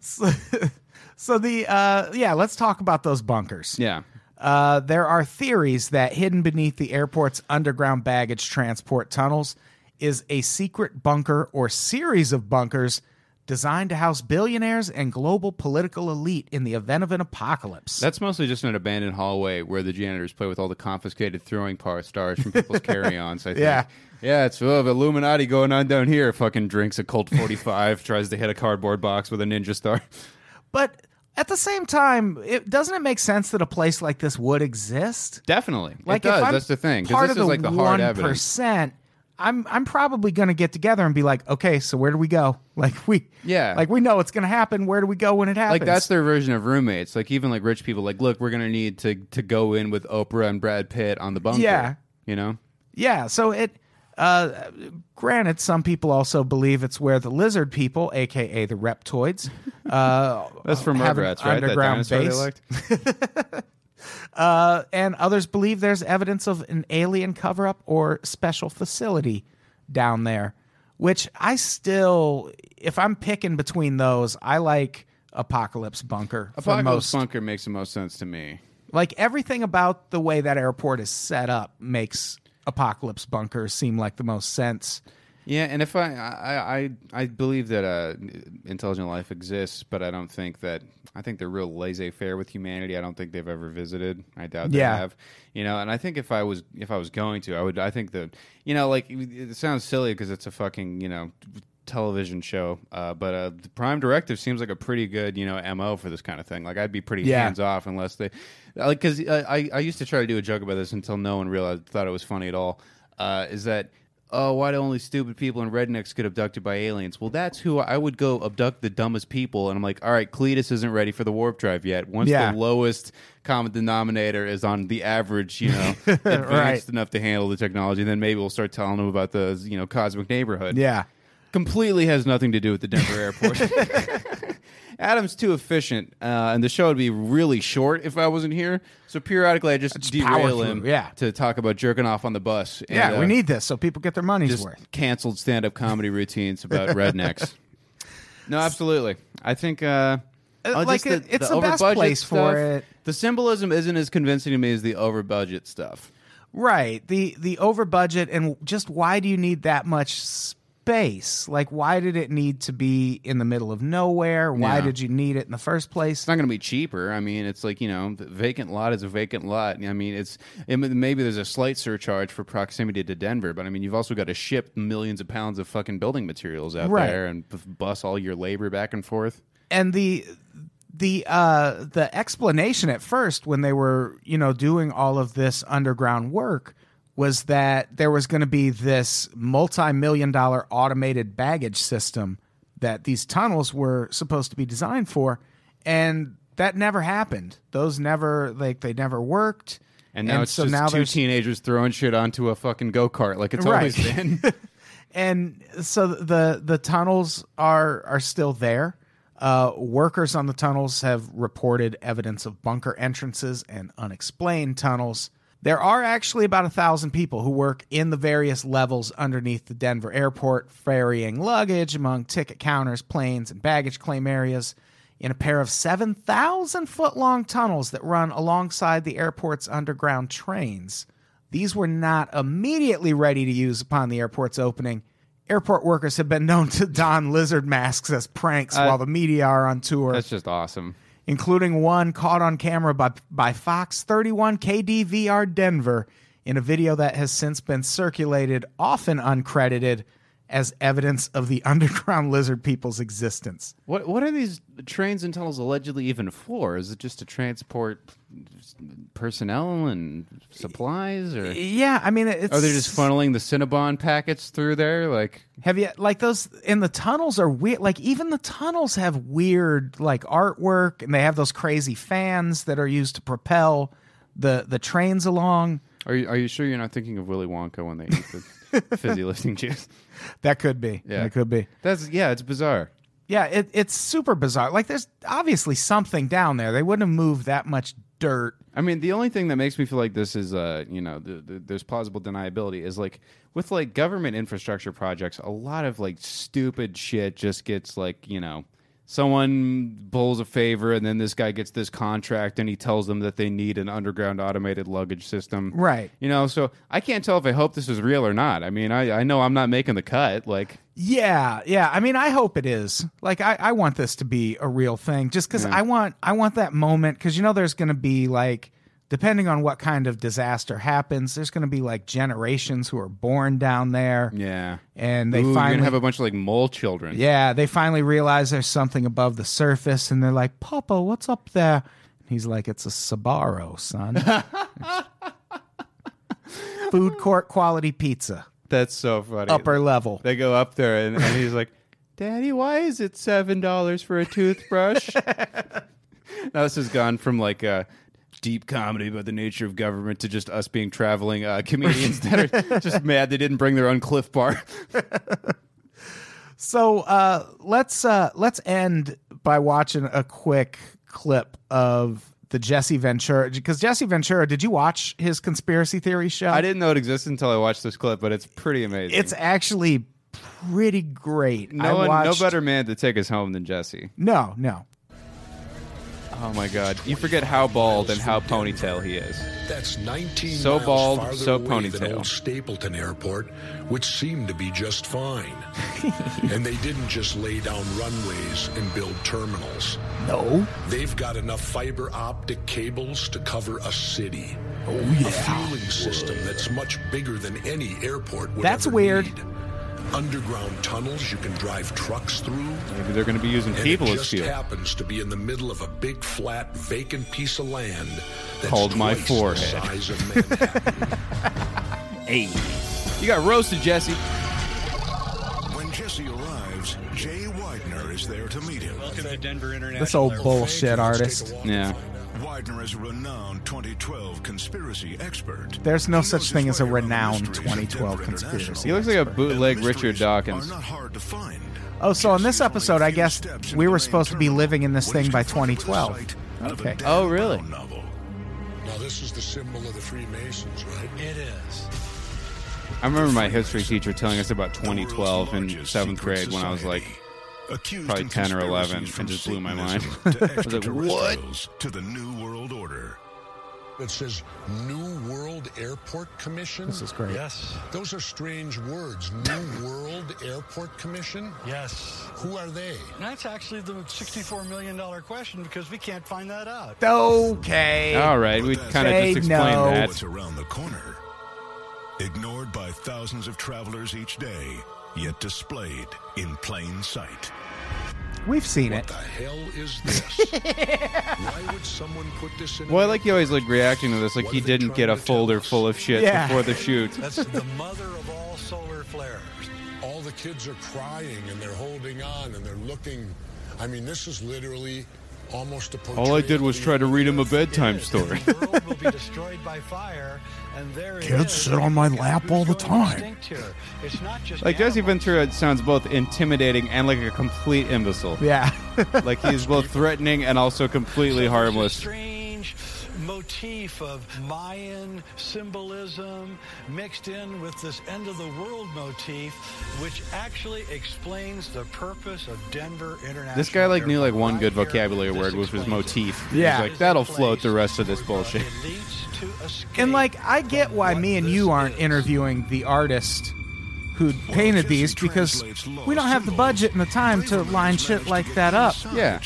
S2: So the uh yeah, let's talk about those bunkers.
S3: Yeah.
S2: Uh there are theories that hidden beneath the airport's underground baggage transport tunnels is a secret bunker or series of bunkers designed to house billionaires and global political elite in the event of an apocalypse.
S3: That's mostly just an abandoned hallway where the janitors play with all the confiscated throwing par stars from people's carry-ons. I think.
S2: Yeah.
S3: yeah, it's full of Illuminati going on down here. Fucking drinks a Colt forty-five, tries to hit a cardboard box with a ninja star.
S2: but at the same time, it doesn't it make sense that a place like this would exist?
S3: Definitely,
S2: Like
S3: it does.
S2: if I'm
S3: That's the thing. 'cause
S2: Part
S3: this
S2: of
S3: is
S2: the
S3: like the hard
S2: one
S3: evidence.
S2: percent. I'm I'm probably gonna get together and be like, okay, so where do we go? Like we
S3: Yeah.
S2: like we know it's gonna happen. Where do we go when it happens?
S3: Like that's their version of roommates. Like even like rich people, like look, we're gonna need to to go in with Oprah and Brad Pitt on the bunker.
S2: Yeah.
S3: you know.
S2: yeah. So it. Uh, granted, some people also believe it's where the lizard people, aka the reptoids, uh,
S3: That's from
S2: have an
S3: Rugrats, right? That
S2: underground
S3: dinosaur they
S2: base.
S3: liked?
S2: uh, and others believe there's evidence of an alien cover up or special facility down there, which I still, if I'm picking between those, I like Apocalypse Bunker. for most.
S3: Apocalypse Bunker makes the most sense to me.
S2: Like everything about the way that airport is set up makes Apocalypse Bunker seem like the most sense.
S3: Yeah, and if I I I, I believe that uh, intelligent life exists, but I don't think that I think they're real laissez faire with humanity. I don't think they've ever visited. I doubt they
S2: Yeah.
S3: have. You know, and I think if I was if I was going to, I would. I think that you know, like it sounds silly because it's a fucking you know television show, uh, but uh, the Prime Directive seems like a pretty good you know mo for this kind of thing. Like I'd be pretty
S2: Yeah.
S3: hands off unless they uh, like because I I used to try to do a joke about this until no one realized thought it was funny at all. Uh, is that oh why do only stupid people and rednecks get abducted by aliens? Well, that's who I would go abduct the dumbest people, and I'm like, all right, Cletus isn't ready for the warp drive yet. Once
S2: Yeah.
S3: the lowest common denominator is on the average, you know, advanced
S2: Right.
S3: enough to handle the technology, then maybe we'll start telling them about the you know cosmic neighborhood
S2: Yeah.
S3: completely has nothing to do with the Denver airport. Adam's too efficient, uh, and the show would be really short if I wasn't here. So periodically, I just,
S2: power
S3: derail
S2: through,
S3: him
S2: yeah.
S3: to talk about jerking off on the bus. and,
S2: Yeah, we
S3: uh,
S2: need this so people get their money's
S3: just
S2: worth.
S3: canceled stand-up comedy routines about rednecks. No, absolutely. I think uh,
S2: Uh,
S3: oh,
S2: like,
S3: just the,
S2: it- it's
S3: the
S2: the best
S3: over-budget
S2: place for
S3: stuff,
S2: it.
S3: The symbolism isn't as convincing to me as the over budget stuff.
S2: Right. The the over budget and just why do you need that much space? Like why did it need to be in the middle of nowhere? Why
S3: Yeah.
S2: did you need it in the first place?
S3: it's not going to be cheaper. I mean, it's like you know, the vacant lot is a vacant lot. I mean, it's it, maybe there's a slight surcharge for proximity to Denver, but I mean, you've also got to ship millions of pounds of fucking building materials out
S2: Right.
S3: there and b- bus all your labor back and forth.
S2: And the the uh the explanation at first when they were, you know, doing all of this underground work was that there was going to be this multi-million dollar automated baggage system that these tunnels were supposed to be designed for and that never happened. Those never like they never worked.
S3: And now it's
S2: so
S3: just
S2: now
S3: two
S2: there's-
S3: teenagers throwing shit onto a fucking go kart like it's
S2: Right.
S3: always been.
S2: and so the the tunnels are are still there. Uh, workers on the tunnels have reported evidence of bunker entrances and unexplained tunnels. There are actually about a thousand people who work in the various levels underneath the Denver airport, ferrying luggage among ticket counters, planes, and baggage claim areas in a pair of 7,000 foot long tunnels that run alongside the airport's underground trains. These were not immediately ready to use upon the airport's opening. Airport workers have been known to don lizard masks as pranks while the media are on tour,
S3: Uh, That's just awesome.
S2: including one caught on camera by, by Fox 31 KDVR Denver in a video that has since been circulated, often uncredited, as evidence of the underground lizard people's existence.
S3: What what are these trains and tunnels allegedly even for? Is it just to transport personnel and supplies, or
S2: Yeah, I mean, it's.
S3: are they just funneling the Cinnabon packets through there? Like,
S2: Have you like those and the tunnels are weird like even the tunnels have weird like artwork and they have those crazy fans that are used to propel the the trains along.
S3: Are you, are you sure you're not thinking of Willy Wonka when they eat the fizzy lifting juice?
S2: That could be.
S3: Yeah.
S2: That could be.
S3: That's yeah, it's bizarre.
S2: Yeah, it, it's super bizarre. Like there's obviously something down there. They wouldn't have moved that much dirt.
S3: I mean, the only thing that makes me feel like this is, uh, you know, th- th- there's plausible deniability is like with like government infrastructure projects, a lot of like stupid shit just gets like, you know, someone pulls a favor and then this guy gets this contract and he tells them that they need an underground automated luggage system.
S2: Right.
S3: You know, so I can't tell if I hope this is real or not. I mean, I, I know I'm not making the cut. Like,
S2: Yeah, yeah. I mean, I hope it is. Like, I, I want this to be a real thing, just because I want I want that moment. Because you know, there's going to be like, depending on what kind of disaster happens, there's going to be like generations who are born down there.
S3: yeah.
S2: and they
S3: Ooh, you're
S2: finally,
S3: gonna have a bunch of like mole children.
S2: yeah, they finally realize there's something above the surface, and they're like, "Papa, what's up there?" And he's like, "It's a Sabaro, son. Food court quality pizza."
S3: That's so funny.
S2: upper level.
S3: They go up there, and, and he's like, "Daddy, why is it seven dollars for a toothbrush?" now this has gone from like a deep comedy about the nature of government to just us being traveling uh, comedians that are just mad they didn't bring their own Cliff Bar.
S2: So uh, let's uh, let's end by watching a quick clip of the Jesse Ventura because Jesse Ventura. Did you watch his conspiracy theory show?
S3: I didn't know it existed until I watched this clip, but it's pretty amazing.
S2: It's actually pretty great. I
S3: no one,
S2: watched-
S3: no better man to take us home than Jesse.
S2: No, no.
S3: Oh my God! You forget how bald and how ponytail he is.
S4: That's 19
S3: So
S4: miles
S3: bald,
S4: farther
S3: so
S4: away
S3: ponytail.
S4: than old Stapleton Airport, which seemed to be just fine. and they didn't just lay down runways and build terminals.
S2: No.
S4: They've got enough fiber optic cables to cover a city.
S3: Oh,
S4: A fueling system that's much bigger than any airport would
S2: That's
S4: ever
S2: weird.
S4: need. Underground tunnels you can drive trucks through.
S3: Maybe they're going to be using
S4: And
S3: people
S4: it
S3: as
S4: just
S3: fuel.
S4: happens to be in the middle of a big, flat, vacant piece of land that's
S3: Called my
S4: twice
S3: forehead.
S4: The size of Manhattan.
S3: Hey, you got roasted, Jesse.
S4: when Jesse arrives, Jay Widener is there to meet him.
S5: Welcome to Denver International.
S2: This old
S5: Airport.
S2: bullshit artist.
S3: Yeah.
S4: Widener is a renowned 2012 conspiracy expert.
S2: There's no such thing as a renowned 2012 conspiracy.
S3: He looks like a bootleg Richard Dawkins.
S2: Oh, so in this episode, I guess we were supposed to be living in this thing by 2012. Okay.
S3: Oh, really?
S4: Now, this is the symbol of the Freemasons, right?
S5: It is.
S3: I remember my history teacher telling us about 2012 in seventh grade when I was like, probably 10 or 11, and just blew my mind. I was like, what?
S4: To the New World Order. It says New World Airport Commission.
S2: This is great.
S5: Yes.
S4: Those are strange words. New World Airport Commission?
S5: Yes.
S4: Who are they?
S5: And that's actually the $64 million question because we can't find that out.
S2: Okay.
S3: All right, we kind of
S2: They
S3: just explained
S2: know.
S3: that.
S6: What's around the corner? Ignored by thousands of travelers each day, yet displayed in plain sight.
S2: We've seen
S4: What
S2: it.
S4: the hell is this? Why would someone put this in?
S3: Well, I like you always like reacting to this, like he didn't get a folder full of shit
S2: Yeah.
S3: before the shoot.
S5: That's the mother of all solar flares.
S4: All the kids are crying and they're holding on and they're looking. I mean, this is literally almost a.
S3: All I did was try to read him a bedtime
S5: Yes,
S3: story.
S5: The world will be destroyed by fire, and there it
S2: Kids
S5: is.
S2: sit on my lap all the
S5: Who's going
S2: time.
S5: extinct here? It's not just
S3: Like Jesse
S5: animals.
S3: Ventura sounds both intimidating and like a complete imbecile.
S2: Yeah.
S3: Like he's both threatening and also completely
S5: So there's a
S3: harmless.
S5: Strange motif of Mayan symbolism mixed in with this end of the world motif, which actually explains the purpose of Denver International.
S3: This guy like knew like
S5: Airport.
S3: one good
S5: Right here,
S3: vocabulary
S5: this
S3: word, which was
S5: explains it.
S3: motif.
S2: Yeah.
S3: He's like that'll float the rest of this bullshit.
S2: And like, I get why me and you aren't interviewing the artist who painted these because we don't have the budget and the time to line shit like that up.
S3: Yeah.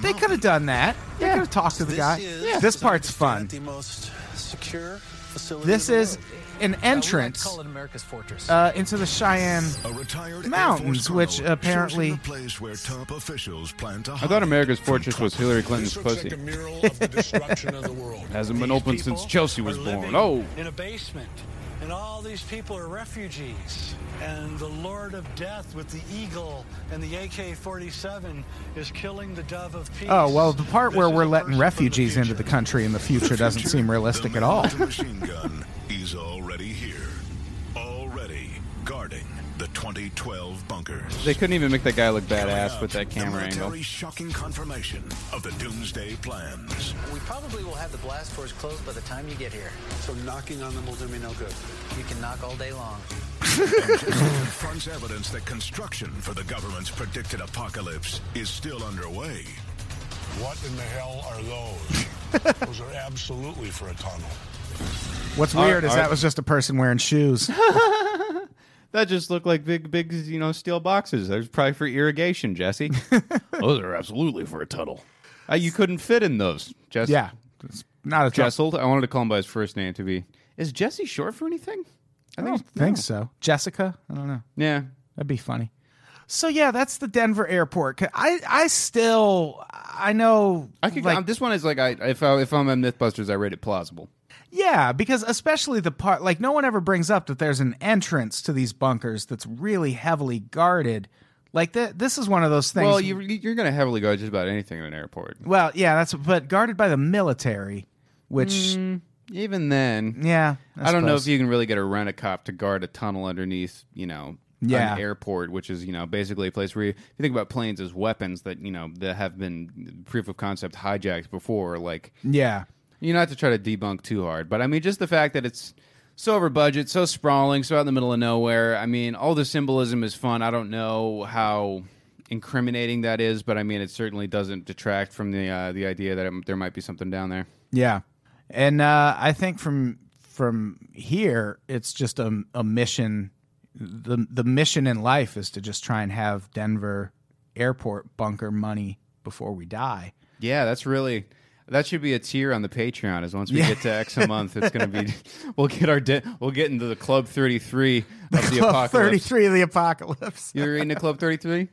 S2: They could have done that. They could have talked to the guy. This part's fun.
S7: The most secure facility.
S2: This
S7: in the
S2: is
S7: world.
S2: an entrance
S7: Call it America's fortress.
S2: uh, into the Cheyenne.
S6: A retired Air
S2: Mountains,
S6: Force colonel
S2: which apparently-
S6: sourcing the place where top officials plan to
S3: I thought
S6: hide
S3: America's
S6: from
S3: Fortress was
S6: trouble.
S3: Hillary Clinton's
S4: This looks
S3: pussy.
S4: like a mural of the destruction of the world.
S3: Hasn't been
S5: These
S3: open since
S5: people
S3: Chelsea was
S5: are living
S3: born. Oh,
S5: in a basement, and all these people are refugees. And the Lord of Death with the eagle and the AK-47 is killing the dove of peace.
S2: Oh, well, the part
S5: This
S2: where
S5: is
S2: we're
S5: a person
S2: letting
S5: from
S2: refugees into
S5: future.
S2: the country in the future doesn't seem realistic
S6: The
S2: at
S6: man
S2: all.
S6: with the machine gun is already here, already guarding the 2012 bunkers.
S3: they couldn't even make that guy look badass
S6: Up,
S3: with that
S6: the
S3: camera angle.
S6: military's shocking confirmation of the doomsday plans.
S7: we probably will have the blast doors closed by the time you get here.
S4: So knocking on them will do me no good.
S7: You can knock all day long.
S6: confronts evidence that construction for the government's predicted apocalypse is still underway.
S4: What in the hell are those? those are absolutely for a tunnel.
S2: What's weird is
S3: are-
S2: that was just a person wearing shoes.
S3: That just looked like big, big, you know, steel boxes. That was probably for irrigation, Jesse. those are Oh, absolutely for a tunnel. Uh, you couldn't fit in those, Jess.
S2: Yeah. It's not a trust.
S3: Jesseled. I wanted to call him by his first name to be. Is Jesse short for anything?
S2: I don't think so. Jessica? I don't know.
S3: Yeah.
S2: That'd be funny. So yeah, that's the Denver airport. 'Cause I I still I know
S3: I could.
S2: like,
S3: um, this one is like I if I, if I'm a MythBusters, I rate it plausible.
S2: Yeah, because especially the part like no one ever brings up that there's an entrance to these bunkers that's really heavily guarded. Like th- this is one of those things.
S3: Well, you you're going to heavily go just about anything in an airport.
S2: well, yeah, that's but guarded by the military, which
S3: Even then,
S2: yeah,
S3: Mm. I, don't know if
S2: suppose.
S3: you can really get a rent a cop to guard a tunnel underneath. You know.
S2: Yeah.
S3: An airport, which is you know basically a place where you, if you think about planes as weapons that you know that have been proof of concept hijacked before, like
S2: yeah.
S3: You know, not to try to debunk too hard, but I mean, just the fact that it's so over budget, so sprawling, so out in the middle of nowhere. I mean, all the symbolism is fun. I don't know how incriminating that is, but I mean, it certainly doesn't detract from the uh, the idea that um there might be something down there.
S2: Yeah, and uh, I think from from here, it's just a, a mission. the The mission in life is to just try and have Denver airport bunker money before we die.
S3: Yeah, that's really. That should be a tier on the Patreon. Is once we get to X a month, it's going to be we'll get our de- we'll get into the Club Thirty Three of the apocalypse.
S2: Thirty three of the apocalypse.
S3: You're into Club Thirty Three.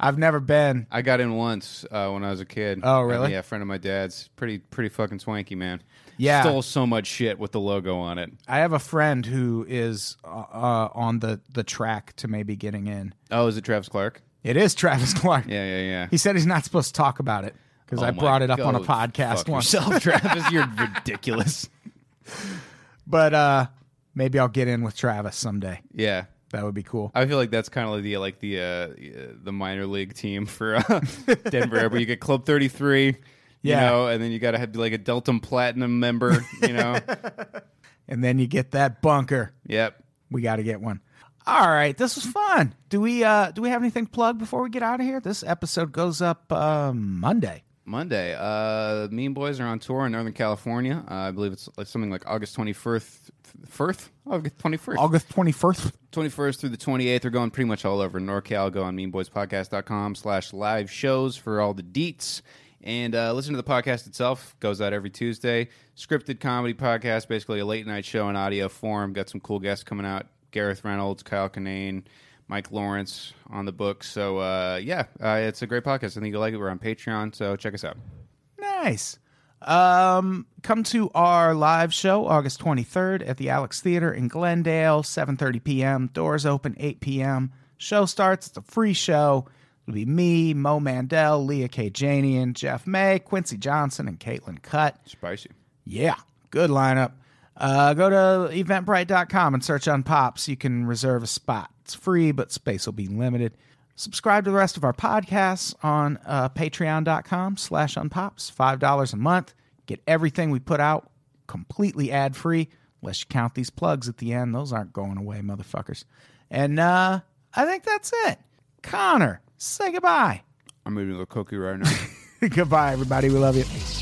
S2: I've never been.
S3: I got in once uh, when I was a kid.
S2: Oh, really?
S3: yeah, a friend of my dad's. Pretty, pretty fucking swanky, man.
S2: Yeah.
S3: Stole so much shit with the logo on it.
S2: I have a friend who is uh, uh, on the the track to maybe getting in.
S3: Oh, is it Travis Clark?
S2: It is Travis Clark.
S3: Yeah, yeah, yeah.
S2: He said he's not supposed to talk about it because
S3: Oh
S2: I
S3: my
S2: brought it up on a
S3: God,
S2: podcast
S3: fuck
S2: once.
S3: Yourself, Travis, you're ridiculous.
S2: But uh, maybe I'll get in with Travis someday.
S3: Yeah.
S2: That would be cool.
S3: I feel like that's kind of like the like the uh, uh, the minor league team for uh, Denver, where you get Club Thirty Three,
S2: Yeah.
S3: you know, and then you got to have like a Deltum Platinum member, you know.
S2: And then you get that bunker.
S3: yep.
S2: We got to get one. All right, this was fun. Do we uh, do we have anything to plug before we get out of here? This episode goes up uh, Monday.
S3: Monday. Uh, mean Boys are on tour in Northern California. Uh, I believe it's like something like August 21st. Firth? August 21st.
S2: August twenty first.
S3: 21st through the 28th. They're going pretty much all over NorCal. Go on meanboyspodcast.com slash live shows for all the deets. And uh, listen to the podcast itself. Goes out every Tuesday. Scripted comedy podcast, basically a late night show in audio form. Got some cool guests coming out. Gareth Reynolds, Kyle Kinane, Mike Lawrence on the book. So, uh, yeah, uh, it's a great podcast. I think you'll like it. We're on Patreon, so check us out.
S2: Nice. Um, come to our live show August 23rd at the Alex Theater in Glendale, 7:30 p.m. Doors open 8 p.m. Show starts. It's a free show. It'll be me, Mo Mandel, Leah K. Janian, Jeff May, Quincy Johnson, and Caitlin Cutt.
S3: Spicy.
S2: Yeah, good lineup. Uh, go to eventbrite.com and search on Pops. You can reserve a spot. It's free, but space will be limited. Subscribe to the rest of our podcasts on uh, patreon.com slash unpops. $5 a month. Get everything we put out completely ad-free, unless you count these plugs at the end. Those aren't going away, motherfuckers. And uh, I think that's it. Connor, say goodbye.
S3: I'm eating a cookie right now.
S2: goodbye, everybody. We love you.